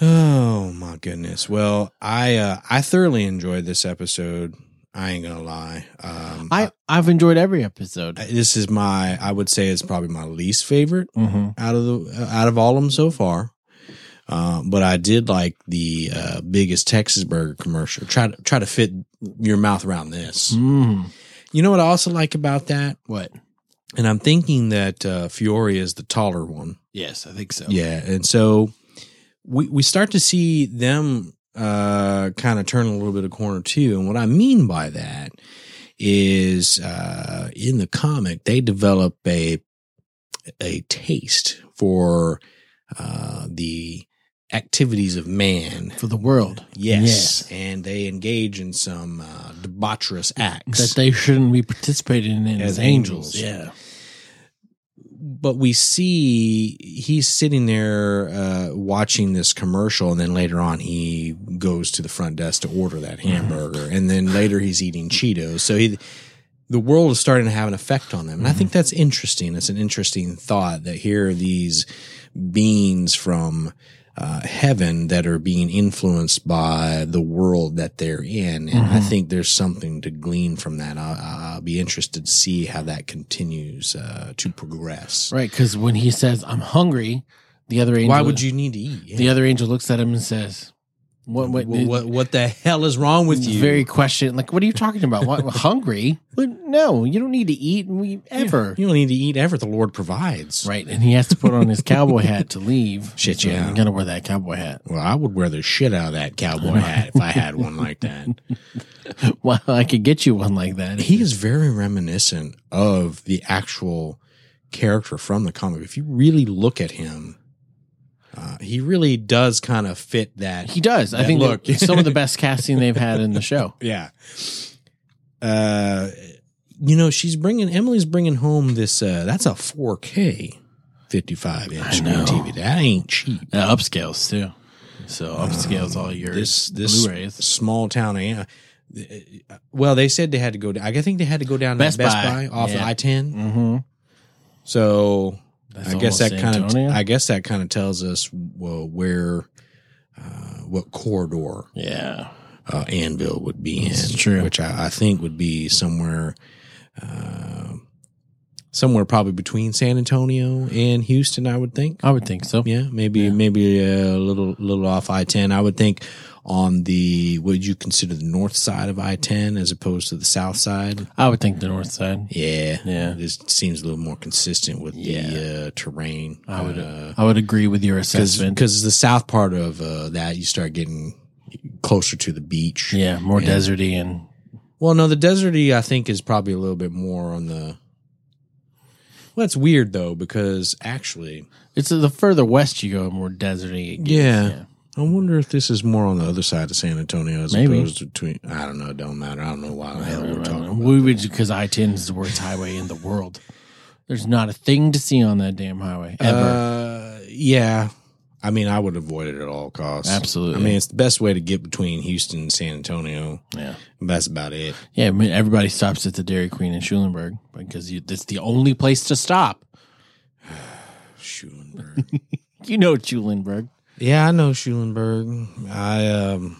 Oh my goodness. Well, I uh, I thoroughly enjoyed this episode. I ain't gonna lie. Um, I I've enjoyed every episode. I- this is my I would say it's probably my least favorite Mm-hmm. out of the out of all of them so far. Uh, but I did like the uh, biggest Texas burger commercial. Try to try to fit your mouth around this. Mm. You know what I also like about that, What? and I'm thinking that uh, Fiore is the taller one. Yes, I think so. Yeah, and so we we start to see them uh, kind of turn a little bit of corner too. And what I mean by that is uh, in the comic they develop a a taste for uh, the activities of man. For the world Yes, and they engage in some uh, debaucherous acts. that they shouldn't be participating in As as, angels. angels. Yeah. but we see he's sitting there uh, watching this commercial, and then later on he goes to the front desk to order that hamburger, and then later he's eating Cheetos. So he, the world is starting to have an effect on them, and I think that's interesting. It's an interesting thought that here are these beings from uh, heaven that are being influenced by the world that they're in, and I think there's something to glean from that. I, I'll be interested to see how that continues uh, to progress. Right, because when he says I'm hungry, The other angel. Why would you need to eat? Yeah. The other angel looks at him and says, "What? What? Wha- what, what the hell is wrong with you? Very question. Like, what are you talking about? [laughs] What, hungry? What, no, you don't need to eat. We Yeah, ever." You don't need to eat ever. The Lord provides. Right, and he has to put on his cowboy hat to leave. [laughs] Shit, So yeah. you gotta wear that cowboy hat. [laughs] Well, I would wear the shit out of that cowboy hat if I had one like [laughs] that. Well, I could get you one like that. He is very reminiscent of the actual character from the comic. If you really look at him, uh, he really does kind of fit that. He does. I Yeah, think look. that it's some of the [laughs] best casting they've had in the show. Yeah. Uh, you know, she's bringing Emily's bringing home this. Uh, that's a 4K, 55 I inch screen know. TV. That ain't cheap. Uh, upscales too. So upscales all your This this Blu-rays. small town. Yeah. Well, they said they had to go. down. I think they had to go down Best to Best Buy. Buy, off Yeah. I ten. Mm-hmm. So That's I guess almost that San kind of Antonio? I guess that kind of tells us well, where uh, what corridor Yeah. uh, Anvil would be in, That's true. which I, I think would be somewhere uh, somewhere probably between San Antonio and Houston. I would think. I would think so. Yeah, maybe Yeah. maybe a little little off I ten. I would think on the would you consider the north side of I ten as opposed to the south side? I would think the north side. Yeah, Yeah. This seems a little more consistent with the Yeah. uh, terrain. I would because I would agree with your assessment. because the south part of uh, that you start getting closer to the beach. yeah, more Yeah. deserty and Well, no, the deserty I think is probably a little bit more on the. Well, that's weird though because actually, it's the further west you go, the more deserty. It gets. yeah. I wonder if this is more on the other side of San Antonio as Maybe. opposed to between. I don't know. It don't matter. I don't know why the hell we're talking. About. We would because I ten is the worst highway in the world. There's not a thing to see on that damn highway ever. Uh, yeah. I mean, I would avoid it at all costs. I Absolutely. mean, it's the best way to get between Houston and San Antonio. yeah, That's about it. yeah. I mean, everybody stops at the Dairy Queen in Schulenburg because you, that's the only place to stop. Schulenburg. You know Schulenburg [laughs] yeah, I know Schulenburg. I um.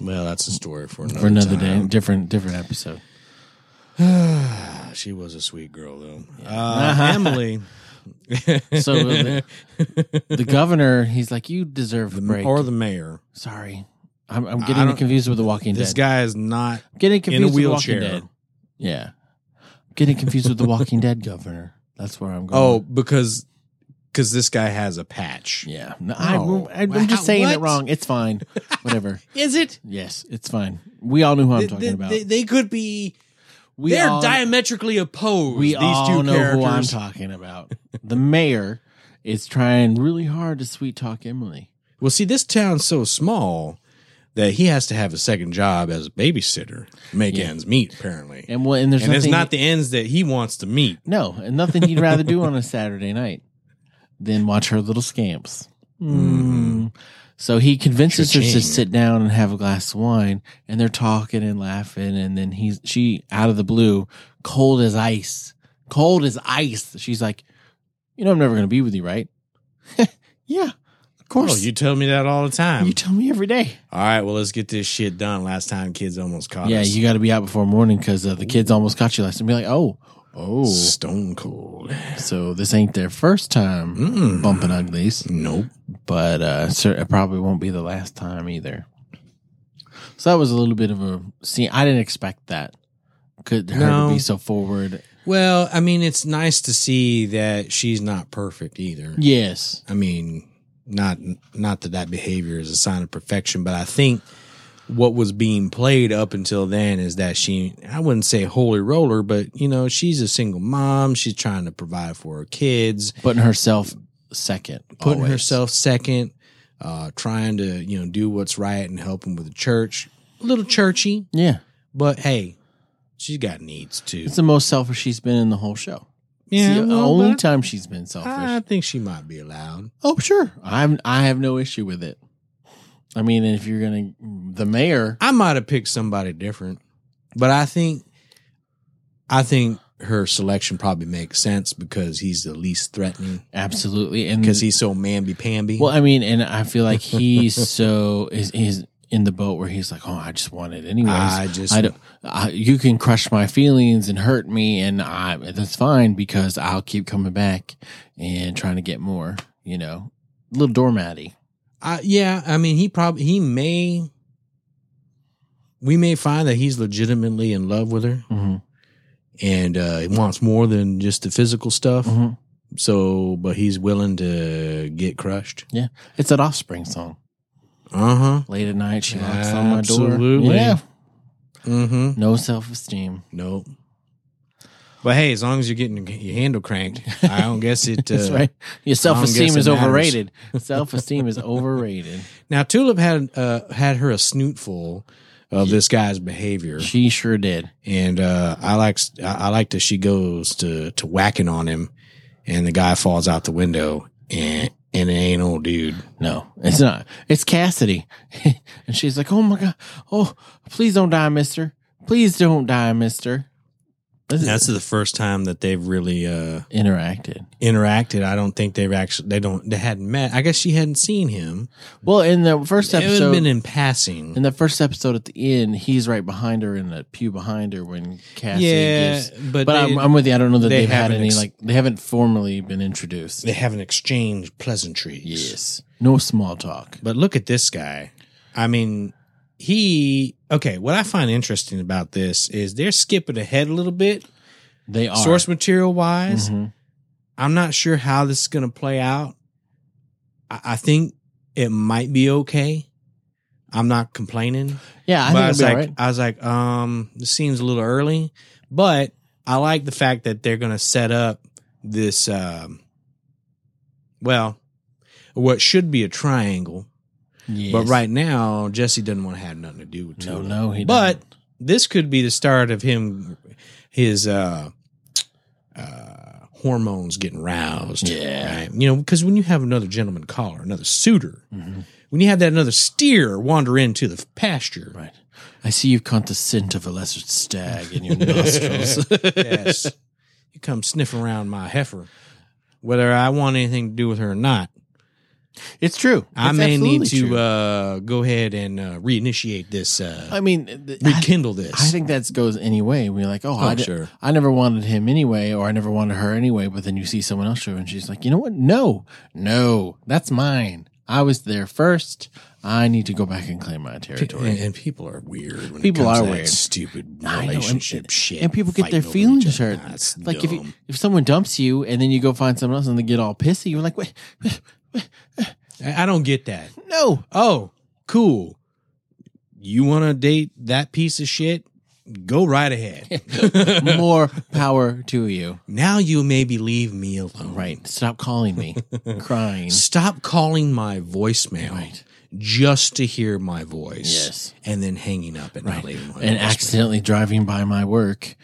Well, that's a story for another, for another day, time. different different episode. [sighs] She was a sweet girl, though. Uh, Emily, [laughs] So uh, [laughs] the, the governor, he's like, you deserve a break. or the mayor. Sorry, I'm, I'm I getting don't- confused with The Walking This Dead. guy is not getting confused with The wheelchair. Walking Dead. Yeah, getting confused with The Walking Dead governor. That's where I'm going. Oh, because because this guy has a patch. Yeah, no, I'm- I'm, Wow, I'm just saying what? it wrong. [laughs] It's fine. Whatever. Is it? yes, it's fine. We all knew who I'm They, talking they- about. they- they could be. we they're all, diametrically opposed. we these all two know characters. who I'm talking about. the mayor is trying really hard to sweet talk Emily. well, see, this town's so small that he has to have a second job as a babysitter, to make Yeah. ends meet. Apparently, and, And well, and there's it's nothing. not the ends that he wants to meet. no, and nothing he'd rather do on a Saturday night than watch her little scamps. Mm. So he convinces her Mm-hmm. Cha-ching. to sit down and have a glass of wine, and they're talking and laughing, and then he's she out of the blue, cold as ice, cold as ice. She's like, "You know, I'm never going to be with you, right?" [laughs] yeah, of Oh, course. you tell me that all the time. You tell me every day. all right, well, let's get this shit done. Last time, kids almost caught Yeah, us. you got to be out before morning because uh, the kids almost caught you last. And be like, "Oh, oh, Stone cold. so this ain't their first time Mm. bumping uglies." Nope. but uh, cer- it probably won't be the last time either. So that was a little bit of a see. I didn't expect that. Could her No. to be so forward? Well, I mean, it's nice to see that she's not perfect either. Yes, I mean, not not that that behavior is a sign of perfection, but I think what was being played up until then is that she I wouldn't say holy roller, but you know, she's a single mom, she's trying to provide for her kids, putting herself second, putting always. herself second, uh trying to, you know, do what's right and helping with the church. A little churchy, Yeah, but hey, she's got needs too. it's the most selfish she's been in the whole show. It's the well, only but time she's been selfish. I think she might be allowed. oh, sure. I'm. I have no issue with it. I mean, if you're gonna the mayor, I might have picked somebody different, but I think, I think her selection probably makes sense because he's the least threatening absolutely, and because he's so mamby pamby. Mm. Well, I mean, and I feel like he's [laughs] so is he's in the boat where he's like, oh, I just want it anyways. I just I don't. I, you can crush my feelings and hurt me, and I that's fine because I'll keep coming back and trying to get more. You know, little doormatty. Uh, yeah, I mean, he probably he may. We may find that he's legitimately in love with her Mm-hmm. and uh, he wants more than just the physical stuff. Mm-hmm. So, but he's willing to get crushed. It's an offspring song. Uh huh. Late at night, she knocks on my door. Absolutely. Yeah. Mm hmm. No self esteem. Nope. But hey, as long as you're getting your handle cranked, I don't guess it. [laughs] Uh, That's right. Your self esteem guess is it matters. overrated. self esteem is overrated. Now, Tulip had uh, had her a snootful of this guy's behavior, She sure did. and uh, I like I I like that she goes to to whacking on him, and the guy falls out the window, and and it ain't old dude. No, it's not. It's Cassidy. [laughs] and she's like, oh my God. Oh, please don't die, mister. Please don't die, mister. This is- That's the first time that they've really uh, interacted. interacted. I don't think they've actually they don't they hadn't met. I guess she hadn't seen him. Well, in the first It would have episode, been in in passing. the first episode at the end, he's right behind her in the pew behind her when Cassidy Yeah, gives. but But, they- I'm, I'm with you. I don't know that they they have had haven't any ex- like they haven't formally been introduced. They haven't exchanged pleasantries. Yes, no small talk. But look at this guy. I mean, he okay. What I find interesting about this is they're skipping ahead a little bit, They are source material wise. Mhm. I'm not sure how this is going to play out. I, I think it might be okay. I'm not complaining. Yeah, but I think I it'll was be all like, right. I was like, um, this seems a little early, but I like the fact that they're going to set up this, um, well, what should be a triangle, Yes. but right now Jesse doesn't want to have nothing to do with no, Tulip. no, he. But doesn't. this could be the start of him, his uh, uh, hormones getting roused. Yeah. right? you know, because when you have another gentleman caller, another suitor, Mhm. when you have that another steer wander into the pasture, right, I see you've caught the scent of a lesser [laughs] stag in your [laughs] nostrils. yes, you come sniff around my heifer, whether I want anything to do with her or not. it's true. I It's may need absolutely to true. uh, go ahead and uh, reinitiate this, uh, I mean, th- I- rekindle this. I think that goes any way. We're like, oh, Oh, I, di- sure. I never wanted him anyway, or I never wanted her anyway. But then you see someone else show, and she's like, you know what? No, no, that's mine. I was there first. I need to go back and claim my territory. And, and people are weird. When People it comes are to that weird. Stupid I know, and- relationship shit. and people get their fighting over each feelings other. hurt. Nah, it's like if you, dumb. if someone dumps you and then you go find someone else and they get all pissy, you're like, wait, [laughs] I I don't get that. [laughs] no, Oh, cool. You want to date that piece of shit? Go right ahead. [laughs] [laughs] more power to you. now you maybe leave me alone. Right? Stop calling [laughs] me, crying. Stop calling my voicemail Right. just to hear my voice. Yes. And then hanging up and not leaving my And voicemail. accidentally driving by my work.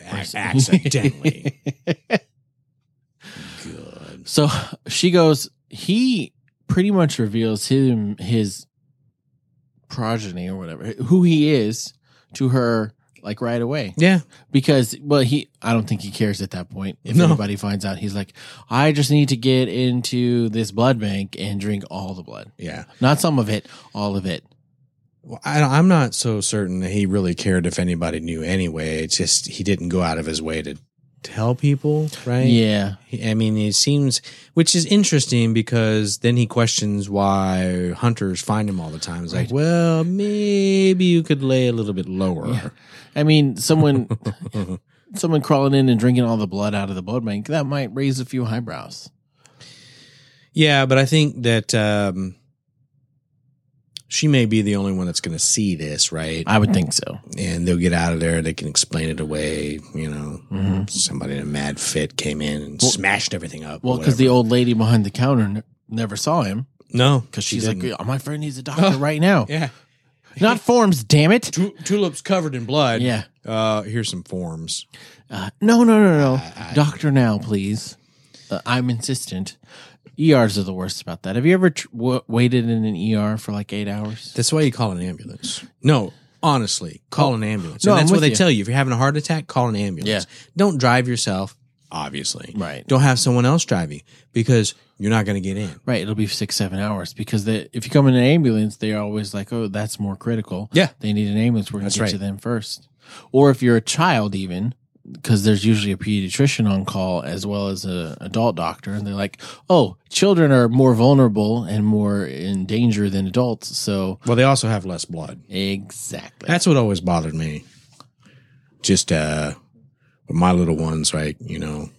Ac- [laughs] accidentally. Good. So she goes, he pretty much reveals him his progeny or whatever, who he is to her like right away. Yeah. Because well, he I don't think he cares at that point. If No. anybody finds out, he's like, I just need to get into this blood bank and drink all the blood. Yeah. Not some of it, all of it. Well, I, I'm not so certain that he really cared if anybody knew anyway. It's just he didn't go out of his way to tell people, right? Yeah. He- I mean, it seems, which is interesting because then he questions why hunters find him all the time. It's like, well, maybe you could lay a little bit lower. I mean, someone [laughs] Mm-hmm. someone crawling in and drinking all the blood out of the blood bank, that might raise a few eyebrows. Yeah, but I think that um, she may be the only one that's going to see this, right? I would think so. And they'll get out of there. They can explain it away. You know, somebody in a mad fit came in and smashed everything up. or Well, because whatever. the old lady behind the counter n- never saw him no, because she she's like, didn't. "Oh, my friend needs a doctor right now. [laughs] yeah, Not forms, damn it. Tu- tulips covered in blood. Yeah. uh, here's some forms. Uh, no, no, no, no. doctor now, please. Uh, I'm insistent. ERs are the worst about that. Have you ever tr- w- waited in an ER for like eight hours? That's why you call an ambulance. No, honestly, call an ambulance. no, and I'm that's what with they you. tell you. If you're having a heart attack, call an ambulance. Yeah. Don't drive yourself, obviously. Right. Don't have someone else drive you because you're not going to get in. Right, it'll be six, seven hours because they, if you come in an ambulance, they're always like, oh, that's more critical. Yeah. They need an ambulance. We're going That's to get right. to them first. Or if you're a child, even, because there's usually a pediatrician on call as well as an adult doctor, and they're like, "Oh, children are more vulnerable and more in danger than adults." So Well, they also have less blood. [laughs] exactly, That's what always bothered me. Just uh, with my little ones, right? You know,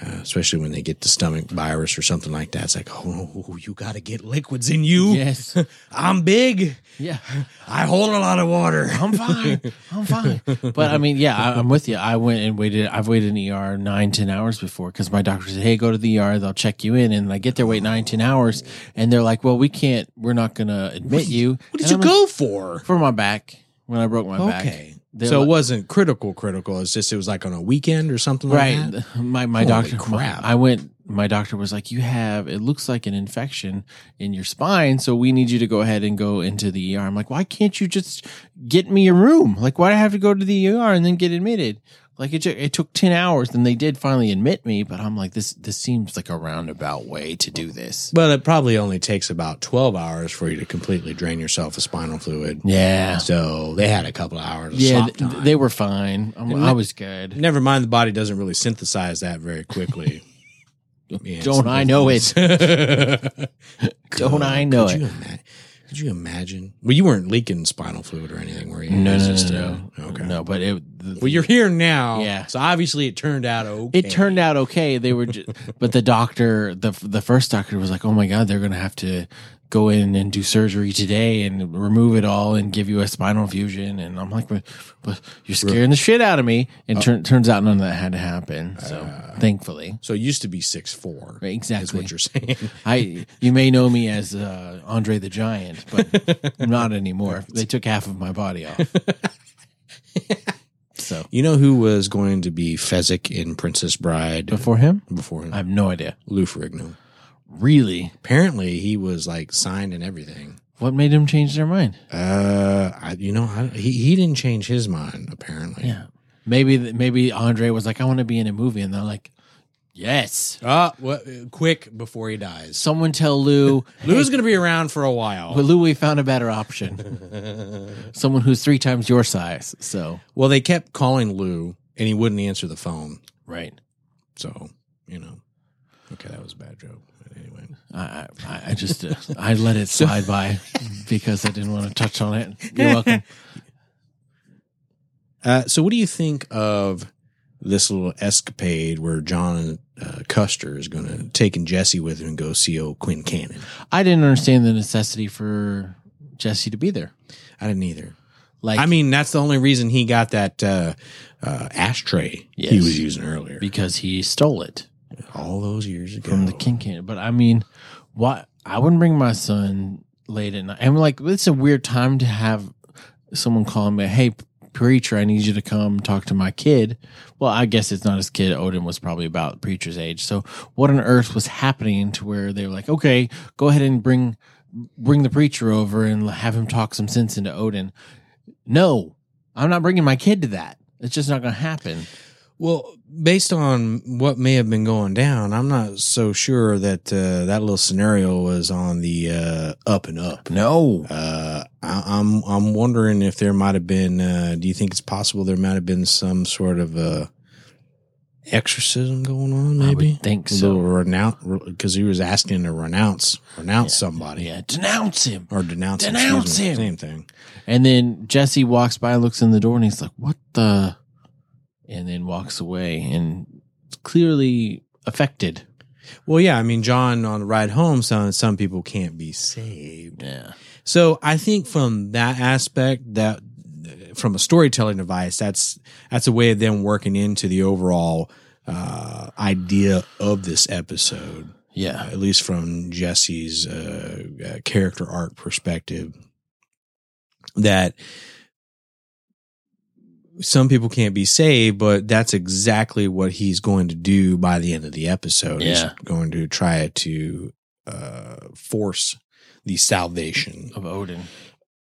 uh, especially when they get the stomach virus or something like that. It's like, oh, you got to get liquids in you. yes, I'm big. yeah. I hold a lot of water. I'm fine. [laughs] I'm fine. But I mean, yeah, I, I'm with you. I went and waited. I've waited in ER nine, 10 hours before because my doctor said, Hey, go to the ER. They'll check you in. And I get there, wait nine, 10 hours. And they're like, Well, we can't, we're not going to admit you. What And did you I'm like, go for? For my back when I broke my back. Okay. They're so like- it wasn't critical, critical. It's just it was like on a weekend or something like Right. that. [laughs] My, my Holy doctor, crap. I went, my doctor was like, You have, it looks like an infection in your spine. So we need you to go ahead and go into the ER. I'm like, Why can't you just get me a room? Like, why do I have to go to the ER and then get admitted? Like it, ju- it took 10 hours and they did finally admit me, but I'm like, this, this seems like a roundabout way to do this. But it probably only takes about 12 hours for you to completely drain yourself of spinal fluid. Yeah. So they had a couple of hours of Yeah. slop th- time. they were fine. I'm, I was good. Never mind, the body doesn't really synthesize that very quickly. Yeah, [laughs] Don't I know it? [laughs] Don't I know could it? You ima- could you imagine? Well, you weren't leaking spinal fluid or anything, were you? It No, was no, no, just, no, uh, no. Okay. No, but it, the, Well, you're here now. Yeah. So obviously it turned out okay. It turned out okay. They were, ju- but the doctor, the the first doctor was like, "Oh my god, they're gonna have to go in and do surgery today and remove it all and give you a spinal fusion." And I'm like, "But, but you're scaring the shit out of me." And turn turns out none of that had to happen. So thankfully, So it used to be six four. Is exactly. what you're [laughs] saying. I you may know me as uh, Andre the Giant, but not anymore. They took half of my body off. so You know who was going to be Fezzik in Princess Bride before him, before him? I have no idea. Lou Ferrigno. Really, Apparently, he was like signed and everything. what made him change their mind? Uh, I, you know, I, he he didn't change his mind. Apparently, Yeah. Maybe th- maybe Andre was like, I want to be in a movie, and they're like, Yes. Ah, what? quick before he dies. Someone tell [laughs] Lou. Lou's gonna be around for a while. Well, Lou, we found a better option. Someone who's three times your size. So [laughs] Well, they kept calling Lou, and he wouldn't answer the phone. right. So you know, okay, that was a bad joke. But anyway, I I, I- I just uh, I let it slide by because I didn't want to touch on it. [laughs] You're welcome. uh, so what do you think of this little escapade where John uh, Custer is gonna take and Jesse with him and go see old Quinn Cannon? I didn't understand the necessity for Jesse to be there. I didn't either. Like I mean, that's the only reason he got that uh, uh, ashtray Yes. he was using earlier. because he stole it. All those years ago. from the king can. But I mean, why? I wouldn't bring my son late at night. I'm like, it's a weird time to have someone call me, hey, preacher, I need you to come talk to my kid. Well, I guess it's not his kid. Odin was probably about preacher's age. So what on earth was happening to where they were like, okay, go ahead and bring bring the preacher over and have him talk some sense into Odin. No, I'm not bringing my kid to that. It's just not going to happen. Well, based on what may have been going down, I'm not so sure that uh, that little scenario was on the uh, up and up. No. Uh, I, I'm I'm wondering if there might have been. Uh, do you think it's possible there might have been some sort of uh, exorcism going on? I Maybe would think a so. little renounce because he was asking to renounce renounce somebody Yeah, denounce him. or denounce him, Denounce excuse me, him. Same thing. And then Jesse walks by, looks in the door, and he's like, "What the?" And then walks away, and clearly affected. Well, yeah, I mean, John on the ride home, some some people can't be saved. Yeah, So I think from that aspect, that from a storytelling device, that's that's a way of them working into the overall uh, idea of this episode, yeah. at least from Jesse's uh, uh, character arc perspective. That some people can't be saved, but that's exactly what he's going to do by the end of the episode. Yeah. He's going to try to uh, force the salvation Of Odin,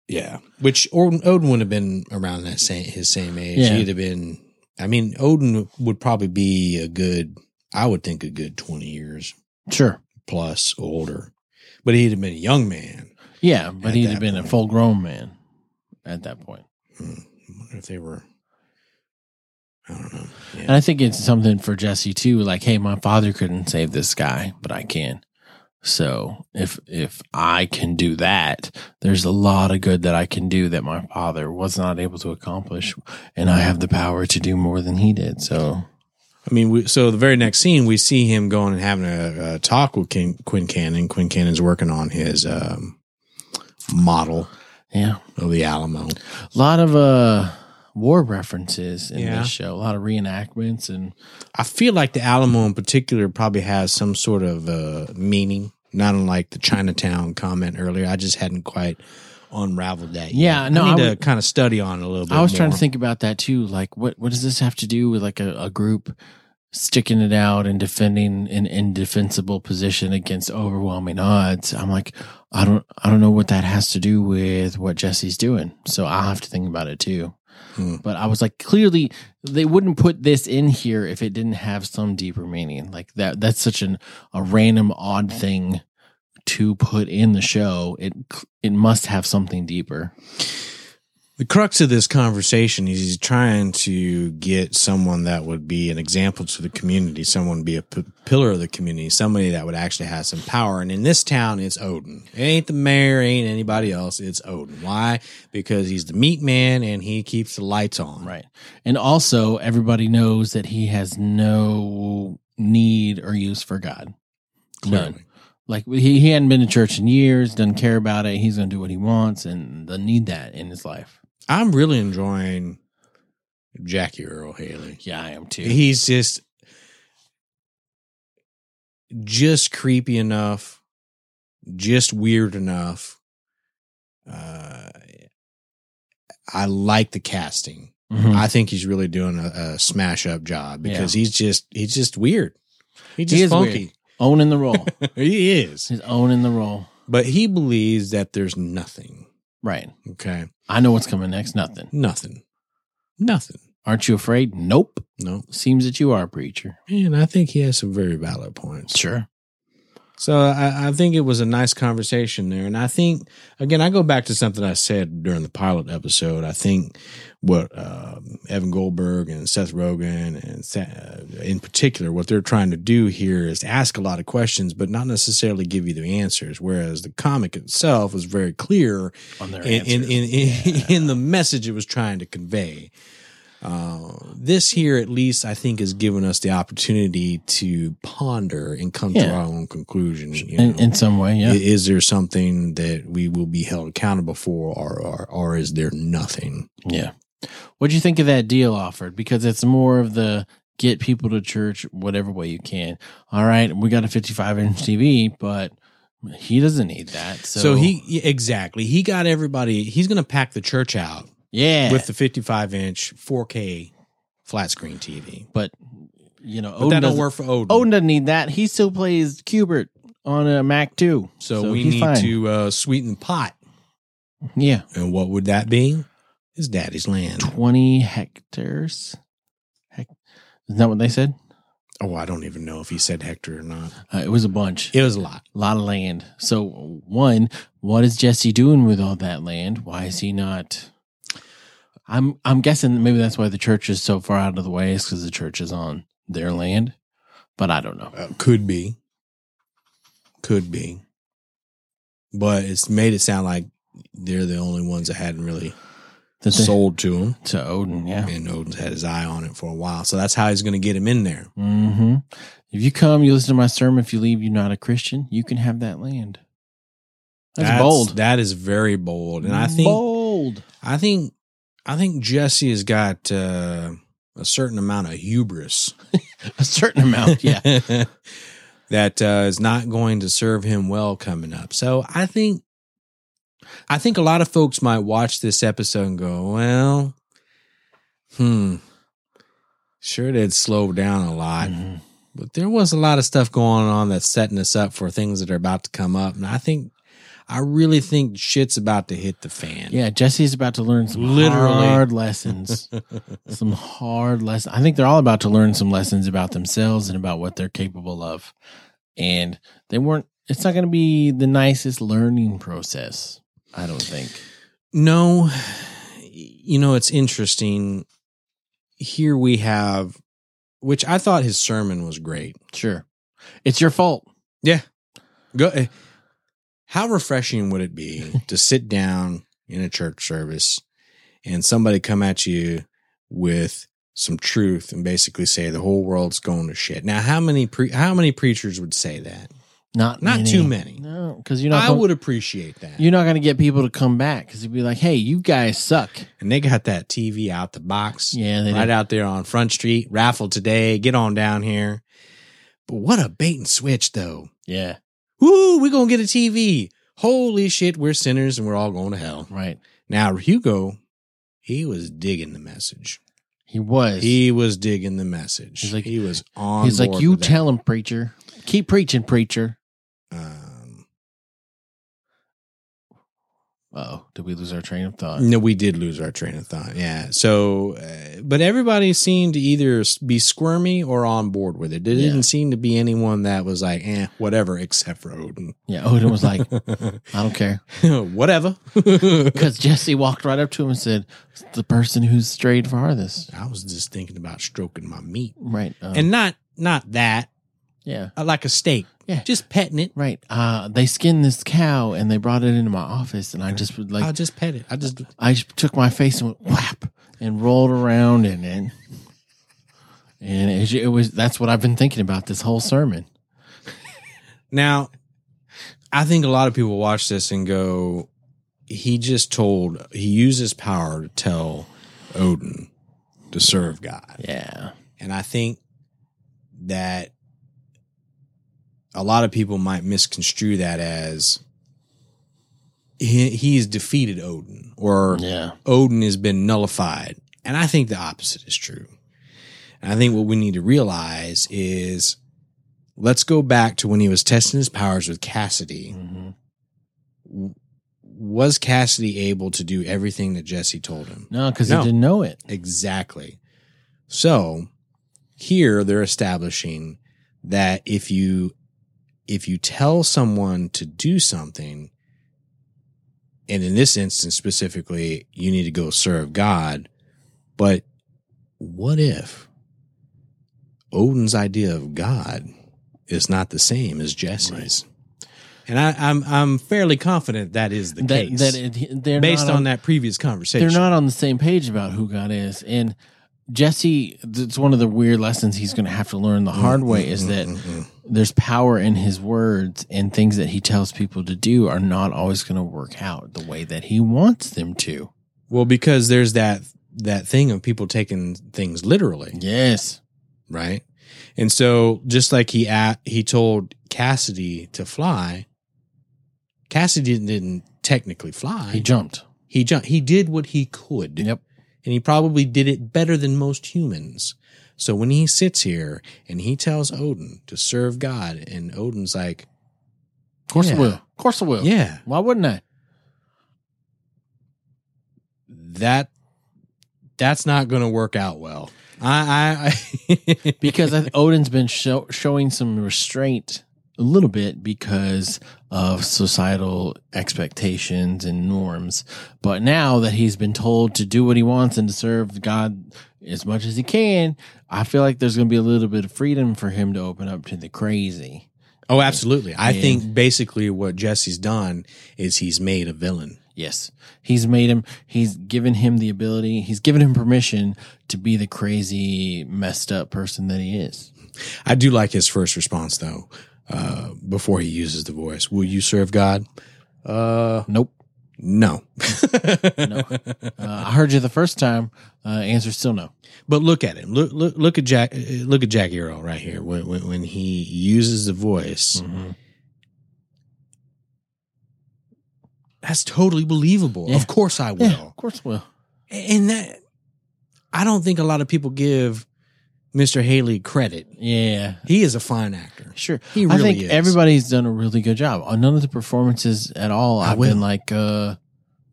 yeah, which Odin, Odin would have been around that same his same age. Yeah. He'd have been. I mean, Odin would probably be a good. I would think a good twenty years sure. plus older, but he'd have been a young man. Yeah, but At he'd that have been a point. full-grown man at that point. Hmm. I wonder if they were. I don't know. And I think it's something for Jesse too. Like, hey, my father couldn't save this guy, but I can. So if if I can do that, there's a lot of good that I can do that my father was not able to accomplish, and I have the power to do more than he did. So I mean, we, so the very next scene, we see him going and having a, a talk with King, Quinn Cannon. Quinn Cannon's working on his um, model yeah, of the Alamo. a lot of uh war references in Yeah. this show, a lot of reenactments, and I feel like the Alamo in particular probably has some sort of uh, meaning, not unlike the Chinatown comment earlier. I just hadn't quite unraveled that yet. Yeah, no, I need I to would- kind of study on it a little bit. I was trying to more. think about that too. Like, what what does this have to do with like a, a group sticking it out and defending an indefensible position against overwhelming odds? I'm like, I don't I don't know what that has to do with what Jesse's doing. So I'll have to think about it too. Hmm. But I was like, clearly they wouldn't put this in here if it didn't have some deeper meaning. Like that that's such an a random odd thing to put in the show. It it must have something deeper. The crux of this conversation is he's trying to get someone that would be an example to the community, someone be a p- pillar of the community, somebody that would actually have some power. And in this town, it's Odin. It ain't the mayor, ain't anybody else. It's Odin. Why? Because he's the meat man and he keeps the lights on. Right. And also, everybody knows that he has no need or use for God. None. Clearly. Like he, he hadn't been to church in years, doesn't care about it. He's going to do what he wants and doesn't need that in his life. I'm really enjoying Jackie Earl Haley. Yeah, I am too. He's just just creepy enough, just weird enough. Uh, I like the casting. Mhm. I think he's really doing a, a smash up job because he's just he's just weird. He's just is funky. [laughs] Owning the [laughs] role. he is. He's owning the role. But he believes that there's nothing. Right. Okay. I know what's coming next. Nothing. Nothing. Nothing. Aren't you afraid? Nope. No. Seems that you are, preacher. And I think he has some very valid points. Sure. So I, I think it was a nice conversation there, and I think again I go back to something I said during the pilot episode. I think what uh, Evan Goldberg and Seth Rogen and Sa- uh, in particular what they're trying to do here is ask a lot of questions, but not necessarily give you the answers. Whereas the comic itself was very clear On their in in, answers. in, in, [laughs] Yeah. in the message it was trying to convey. Uh, this here, at least, I think, has given us the opportunity to ponder and come to Yeah. our own conclusion. You in, know? in some way. I- Yeah. Is there something that we will be held accountable for, or or, or is there nothing? Yeah. What'd you think of that deal offered? Because it's more of the get people to church whatever way you can. All right, we got a 55 inch TV, but he doesn't need that. So, So, he yeah, exactly he got everybody. He's going to pack the church out yeah, with the 55 inch 4K flat screen TV. but you know, But Odin that don't doesn't, work for Odin. Odin doesn't need that. He still plays Cubert on a Mac too. so, we need to uh, sweeten the pot. yeah, And what would that be? His daddy's land. 20 hectares. Hec- Isn't that what they said? Oh, I don't even know if he said Hector or not. Uh, it was a bunch. It was a lot. a lot of land. So one, what is Jesse doing with all that land? Why is he not? I'm I'm guessing that maybe that's why the church is so far out of the way is because the church is on their land, but I don't know. Uh, could be. Could be. But it's made it sound like they're the only ones that hadn't [laughs] really That they- sold to him. to Odin, yeah. And Odin's had his eye on it for a while. So that's how he's going to get him in there. hmm If you come, you listen to my sermon. If you leave, you're not a Christian. You can have that land. That's, bold. That is very bold. And I think bold. I think I think Jesse has got uh, a certain amount of hubris. A certain amount, [laughs] yeah. [laughs] that uh, is not going to serve him well coming up. So I think, I think a lot of folks might watch this episode and go, "Well, hmm, sure did slow down a lot, Mhm. but there was a lot of stuff going on that's setting us up for things that are about to come up." And I think, I really think shit's about to hit the fan. Yeah, Jesse's about to learn some Literally. [laughs] hard lessons. some hard lessons. I think they're all about to learn some lessons about themselves and about what they're capable of. And they weren't it's not going to be the nicest learning process, I don't think. No, you know, it's interesting. Here we have which I thought his sermon was great. Sure. It's your fault. Go. eh, How refreshing would it be [laughs] to sit down in a church service and somebody come at you with some truth and basically say the whole world's going to shit. Now, how many pre- how many preachers would say that? Not Not many. too many. No, because you're not. I gonna- would appreciate that. You're not going to get people to come back because you'd be like, "Hey, you guys suck." and they got that TV out the box. Yeah, they right do. out there on Front Street. Raffle today. Get on down here. But what a bait and switch, though. Yeah, Woo, we're going to get a TV. Holy shit, we're sinners and we're all going to hell. right. Now, Hugo, he was digging the message. He was. He was digging the message. He's like- he was on He's like, board "You with that." tell him, preacher. Keep preaching, preacher." Um, Oh, did we lose our train of thought? no, we did lose our train of thought. Yeah. So, uh, but everybody seemed to either be squirmy or on board with it. There Yeah. didn't seem to be anyone that was like, eh, whatever, except for Odin. [laughs] Yeah, Odin was like, "I don't care," whatever. because Jesse walked right up to him and said, "It's "The person who's strayed farthest." I was just thinking about stroking my meat, Right. Um, and not not that yeah. I like a steak, Yeah. just petting it. Right. Uh, they skinned this cow and they brought it into my office, and I just would I'll like, just pet it. I just I just took my face and went whap and rolled around in it. And it, it was that's what I've been thinking about this whole sermon. now. I think a lot of people watch this and go, he just told he used his power to tell Odin to serve God, Yeah. and I think that a lot of people might misconstrue that as he, he's defeated Odin or Yeah. Odin has been nullified. And I think the opposite is true. And I think what we need to realize is let's go back to when he was testing his powers with Cassidy. hmm Was Cassidy able to do everything that Jesse told him? No, because No. he didn't know it. Exactly. So here they're establishing that if you if you tell someone to do something, and in this instance specifically, you need to go serve God, but what if Odin's idea of God is not the same as Jesse's? And I, I'm I'm fairly confident that is the that case that it, they're based not on, that previous conversation. they're not on the same page about who God is. And Jesse, it's one of the weird lessons he's going to have to learn the hard Mm, Mm-hmm, way is that there's power in his words and things that he tells people to do are not always going to work out the way that he wants them to. Well, because there's that that thing of people taking things literally, Yes. right? And so, just like he at, he told Cassidy to fly, Cassidy didn't, didn't technically fly. He jumped. He jumped. He did what he could, Yep. and he probably did it better than most humans. So when he sits here and he tells Odin to serve God, and Odin's like, "Oh, Of course Yeah. it will. Of course it will. "Yeah, Why wouldn't I? that that's not going to work out well." I, I, I [laughs] Because I, Odin's been show, showing some restraint a little bit because of societal expectations and norms. But now that he's been told to do what he wants and to serve God as much as he can, I feel like there's going to be a little bit of freedom for him to open up to the crazy. Oh, absolutely. I And- think basically what Jesse's done is he's made a villain. Yes. He's made him, he's given him the ability, he's given him permission to be the crazy, messed up person that he is. I do like his first response though. Uh, before he uses the voice, will you serve God? Uh, Nope. no. [laughs] No. Uh, I heard you the first time. Uh, answer still no. [laughs] But look at him. Look, look, look at Jack. uh, Look at Jack Earl right here. When, when, when he uses the voice, Hmm. Mm-hmm. that's totally believable. Yeah. Of course I will. Yeah, of course will. And that, I don't think a lot of people give Mr. Haley credit. Yeah, He is a fine actor. sure. He I really think is. everybody's done a really good job on none of the performances at all. I I've will. been like, uh,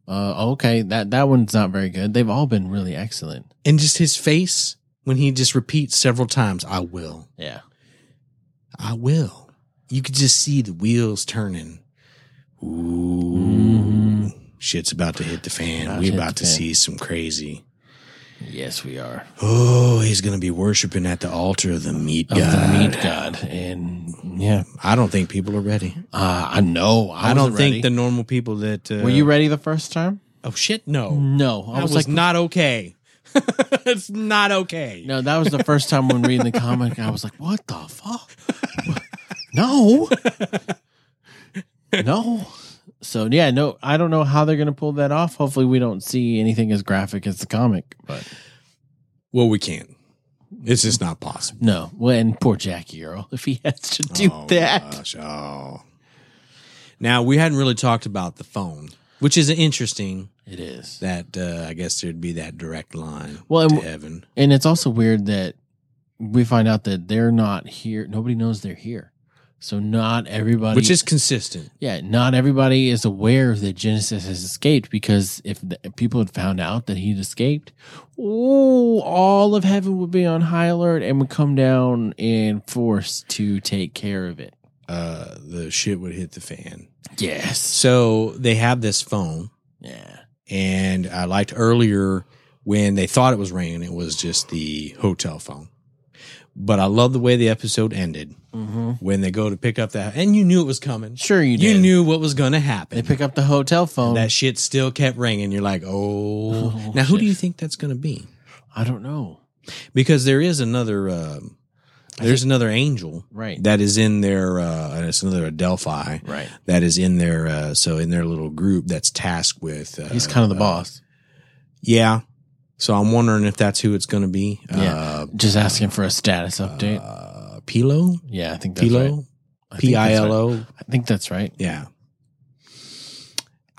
uh, okay, that that one's not very good. They've all been really excellent. and just his face when he just repeats several times, "I will, Yeah, I will." You could just see the wheels turning. Ooh, Mm-hmm. shit's about to hit the fan. About to We're hit about the to fan. see some crazy. Yes, we are. Oh, he's going to be worshiping at the altar of the meat Of god. the meat god. And yeah, I don't think people are ready. uh, I know. I, I, don't wasn't think the ready. normal people that uh, Were you Mm. ready the first time? Oh shit, no. No, I was, like, not okay. [laughs] it's not okay. No, that was the first time when reading the comic, I was like, what the fuck? no. No. So, yeah, no, I don't know how they're going to pull that off. Hopefully, we don't see anything as graphic as the comic, but Well, we can't. It's just not possible. no. Well, and poor Jackie Earl, if he has to do Oh, that. gosh. Oh. Now we hadn't really talked about the phone, which is interesting. It is. That uh, I guess there'd be that direct line Well, um, to and, heaven. and it's also weird that we find out that they're not here. Nobody knows they're here. So, not everybody. Which is consistent. Yeah, not everybody is aware that Genesis has escaped because if, the, if people had found out that he'd escaped, ooh, all of heaven would be on high alert and would come down in force to take care of it. Uh, the shit would hit the fan. Yes. So they have this phone, Yeah. and I liked earlier when they thought it was raining, it was just the hotel phone. But I love the way the episode ended Mm-hmm. when they go to pick up that, and you knew it was coming. Sure, you You did. knew what was going to happen. They pick up the hotel phone. And that shit still kept ringing. You're like, oh. Um, Oh, now, who do shit. you think that's going to be? I don't know. Because there is another, um I there's another angel Right. that is in their, uh, and it's another Adelphi right. that is in their, uh, so in their little group that's tasked with. Uh, He's kind of the uh, boss. yeah. So I'm wondering if that's who it's going to be. Yeah. Just asking for a status update. Uh, Pilo? yeah, I think that's right. Pilo? I think P that's I L right. O? I think that's right. Yeah.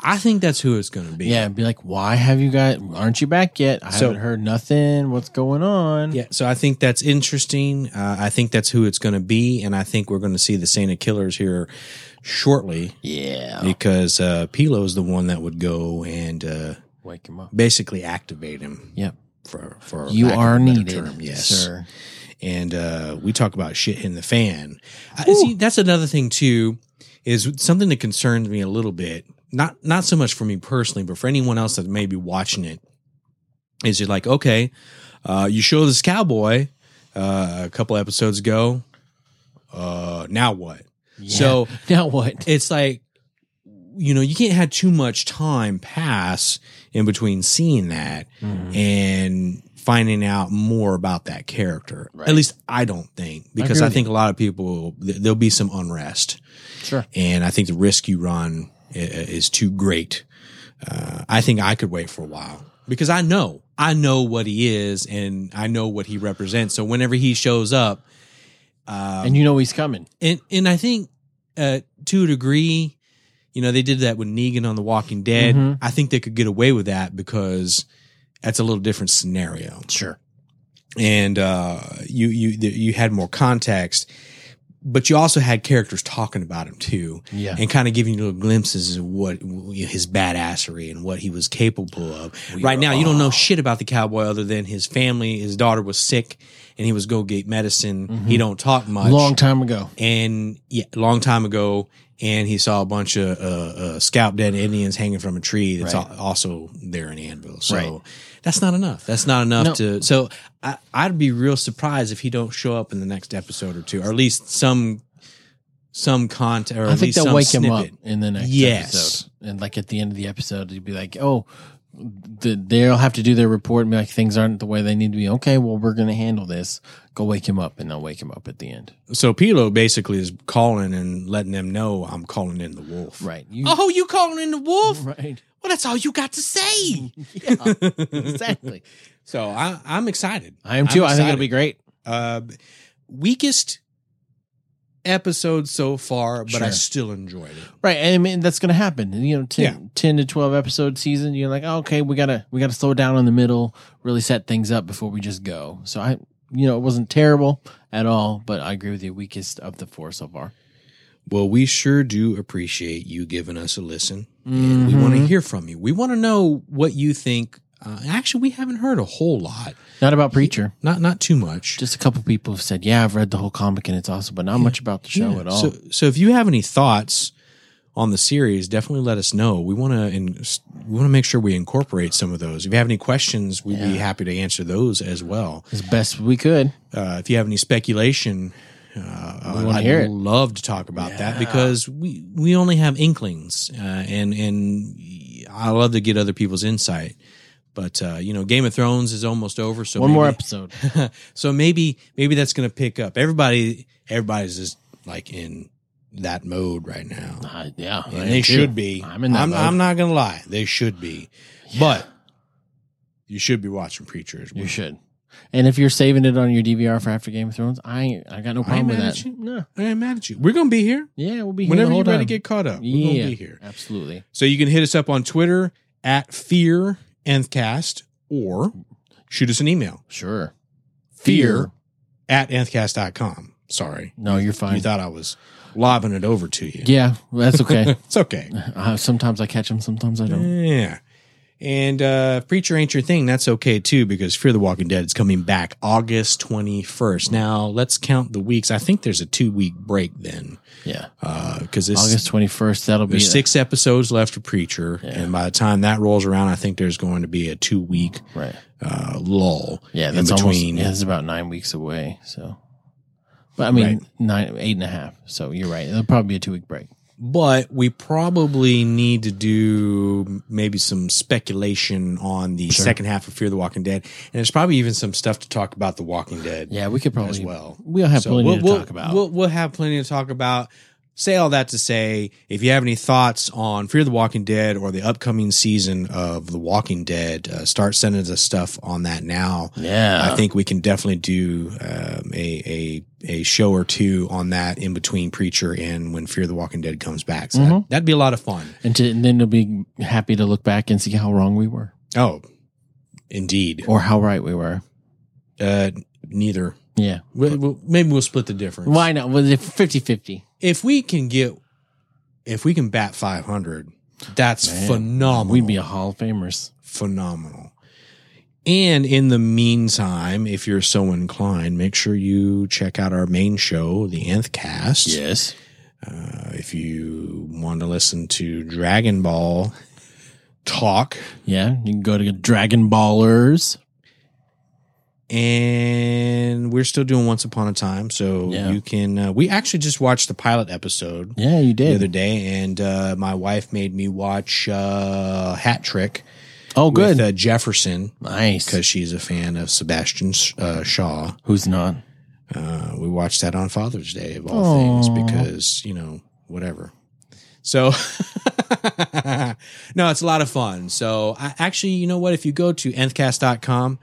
I think that's who it's going to be. Yeah, be like, why have you guys? Aren't you back yet? I So- haven't heard nothing. What's going on? Yeah, so I think that's interesting. Uh, I think that's who it's going to be, and I think we're going to see the Saint of Killers here shortly Yeah. because uh, Pilo is the one that would go and uh, Wake him up. basically activate him. Yep. For for You lack of a better are needed, yes. sir. And uh, we talk about shit in the fan. I, see, that's another thing too. Is something that concerns me a little bit. Not not so much for me personally, but for anyone else that may be watching it. Is you're like, okay, uh, you show this cowboy uh, a couple episodes ago. Uh, now what? Yeah. So [laughs] now what? it's like, you know, you can't have too much time pass in between seeing that Mm-hmm. and finding out more about that character. Right. At least I don't think, because agree I, with think a lot of people th- there'll be some unrest, Sure. and I think the risk you run i- i- is too great. Uh, I think I could wait for a while because I know I know what he is and I know what he represents. So whenever he shows up, uh, and you know he's coming. and and I think uh, to a degree, you know, they did that with Negan on The Walking Dead. Mhm. I think they could get away with that because that's a little different scenario, Sure. and uh, you you the, you had more context, but you also had characters talking about him too. Yeah. And kind of giving you little glimpses of what his badassery and what he was capable of. We right are now, you don't know all- shit about the cowboy other than his family. His daughter was sick, and he was go get medicine. Mhm. He don't talk much Long time ago. and yeah, a long time ago, and he saw a bunch of uh, uh, scalp dead Indians hanging from a tree that's Right. al- also there in Anvil. So Right. that's not enough. That's not enough No. to. So I, I'd be real surprised if he don't show up in the next episode or two, or at least some some content, or I at think least they'll some wake snippet. him up in the next Yes. episode. And like at the end of the episode, he'd be like, oh, the, they'll have to do their report and be like, things aren't the way they need to be. Okay, well, we're going to handle this. Go wake him up, and they'll wake him up at the end. So Pilo basically is calling and letting them know I'm calling in the wolf. Right. You, Oh, you calling in the wolf? [laughs] Right. Well, that's all you got to say. [laughs] Yeah, exactly. [laughs] So I, I'm excited. I am too. I'm I think it'll excited. be great. uh, weakest episode so far, but I Sure. still enjoyed it. Right, and I mean that's going to happen. You know, 10, Yeah. 10 to twelve episode season. You're like, oh, okay, we gotta we gotta slow down in the middle, really set things up before we just go. So I, you know, it wasn't terrible at all, but I agree with you, weakest of the four so far. Well, we sure do appreciate you giving us a listen, and we want to Mhm. hear from you. We want to know what you think. Uh, actually, we haven't heard a whole lot, Not about preacher. not not too much. Just a couple people have said, yeah, I've read the whole comic and it's awesome, but not much about the show Yeah. at all. So, so if you have any thoughts on the series, definitely let us know. We want to in, we want to make sure we incorporate some of those. If you have any questions, we'd be Yeah. happy to answer those as well. as best we could. Uh, if you have any speculation, uh, wanna I'd hear it. love to talk about that Yeah. because we we only have inklings, uh, and and I love to get other people's insight. But uh, you know, Game of Thrones is almost over, so One more maybe- episode. so maybe maybe that's going to pick up. Everybody everybody's just like in that mode right now. Uh, yeah, I And am they too. should be. I'm in that. I'm, mode. I'm not going to lie. They should be. But you should be watching Preacher as well. You should. And if you're saving it on your DVR for after Game of Thrones, I ain't- I got no problem with mad that. at you. No. I ain't mad at you. We're going to be here. Yeah, we'll be here Whenever the you're whole ready to time. get caught up, we're going yeah, to be here. absolutely. So you can hit us up on Twitter at Fear Nthcast or shoot us an email. Sure. Fear at nthcast.com. Sorry. No, you're fine. You thought I was lobbing it over to you. yeah, well, that's [laughs] okay. [laughs] It's okay. uh, sometimes I catch them, sometimes I don't. Yeah. And uh if Preacher Ain't Your Thing, that's okay too, because Fear the Walking Dead is coming back August 21st. Now, let's count the weeks. I think there's a two week break then, uh, Yeah. because this August 21st, that'll be there's a- six episodes left of Preacher. And by the time that rolls around, I think there's going to be a two week Right. uh, lull Yeah, in that's almost between. yeah, that's about nine weeks away. So, but I mean, Right. nine, eight and a half. So you're right. It'll probably be a two week break. But we probably need to do maybe some speculation on the Sure. second half of Fear the Walking Dead. And there's probably even some stuff to talk about The Walking Dead. Yeah, we could probably as well. We'll have So plenty we'll, to we'll- talk about. We'll, we'll have plenty to talk about. Say all that to say, if you have any thoughts on Fear the Walking Dead or the upcoming season of The Walking Dead, uh, start sending us stuff on that now. yeah, I think we can definitely do um, a, a a show or two on that in between Preacher and when Fear the Walking Dead comes back. So Mm-hmm. that, that'd be a lot of fun. and, to, and then they'll be happy to look back and see how wrong we were Oh, indeed. or how right we were. Uh, neither. Yeah, We'll, we'll, maybe we'll split the difference. why not? Was it 50-50? if we can get if we can bat 500 that's Man, phenomenal Oh, We'd be a Hall of Famers. phenomenal and in the meantime if you're so inclined make sure you check out our main show the nth cast Yes, uh, if you want to listen to dragon ball talk yeah. You can go to Dragon Ballers. and we're still doing once upon a time so Yeah. you can uh, we actually just watched the pilot episode Yeah, you the did. other day, and uh, my wife made me watch uh, Hat Trick oh, good. with uh, Jefferson nice. because she's a fan of Sebastian uh, Shaw. Who's not? Uh, we watched that on Father's Day of all Aw. things because you know whatever. So [laughs] no, it's a lot of fun. So I, actually, you know what? If you go to nthcast.com,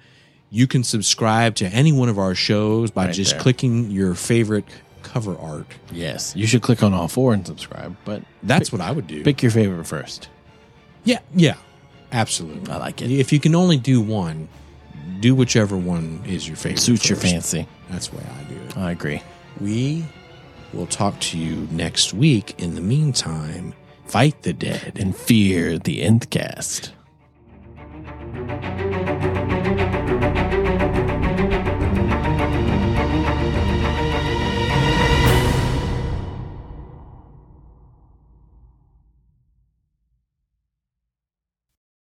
you can subscribe to any one of our shows by Right just there. clicking your favorite cover art. Yes, you should click on all four and subscribe. But That's what I would do. pick your favorite first. Yeah, yeah, absolutely. I like it. If you can only do one, do whichever one is your favorite. Suits your first. fancy. That's the way I do it. I agree. We will talk to you next week. In the meantime, fight the dead. And fear the end cast.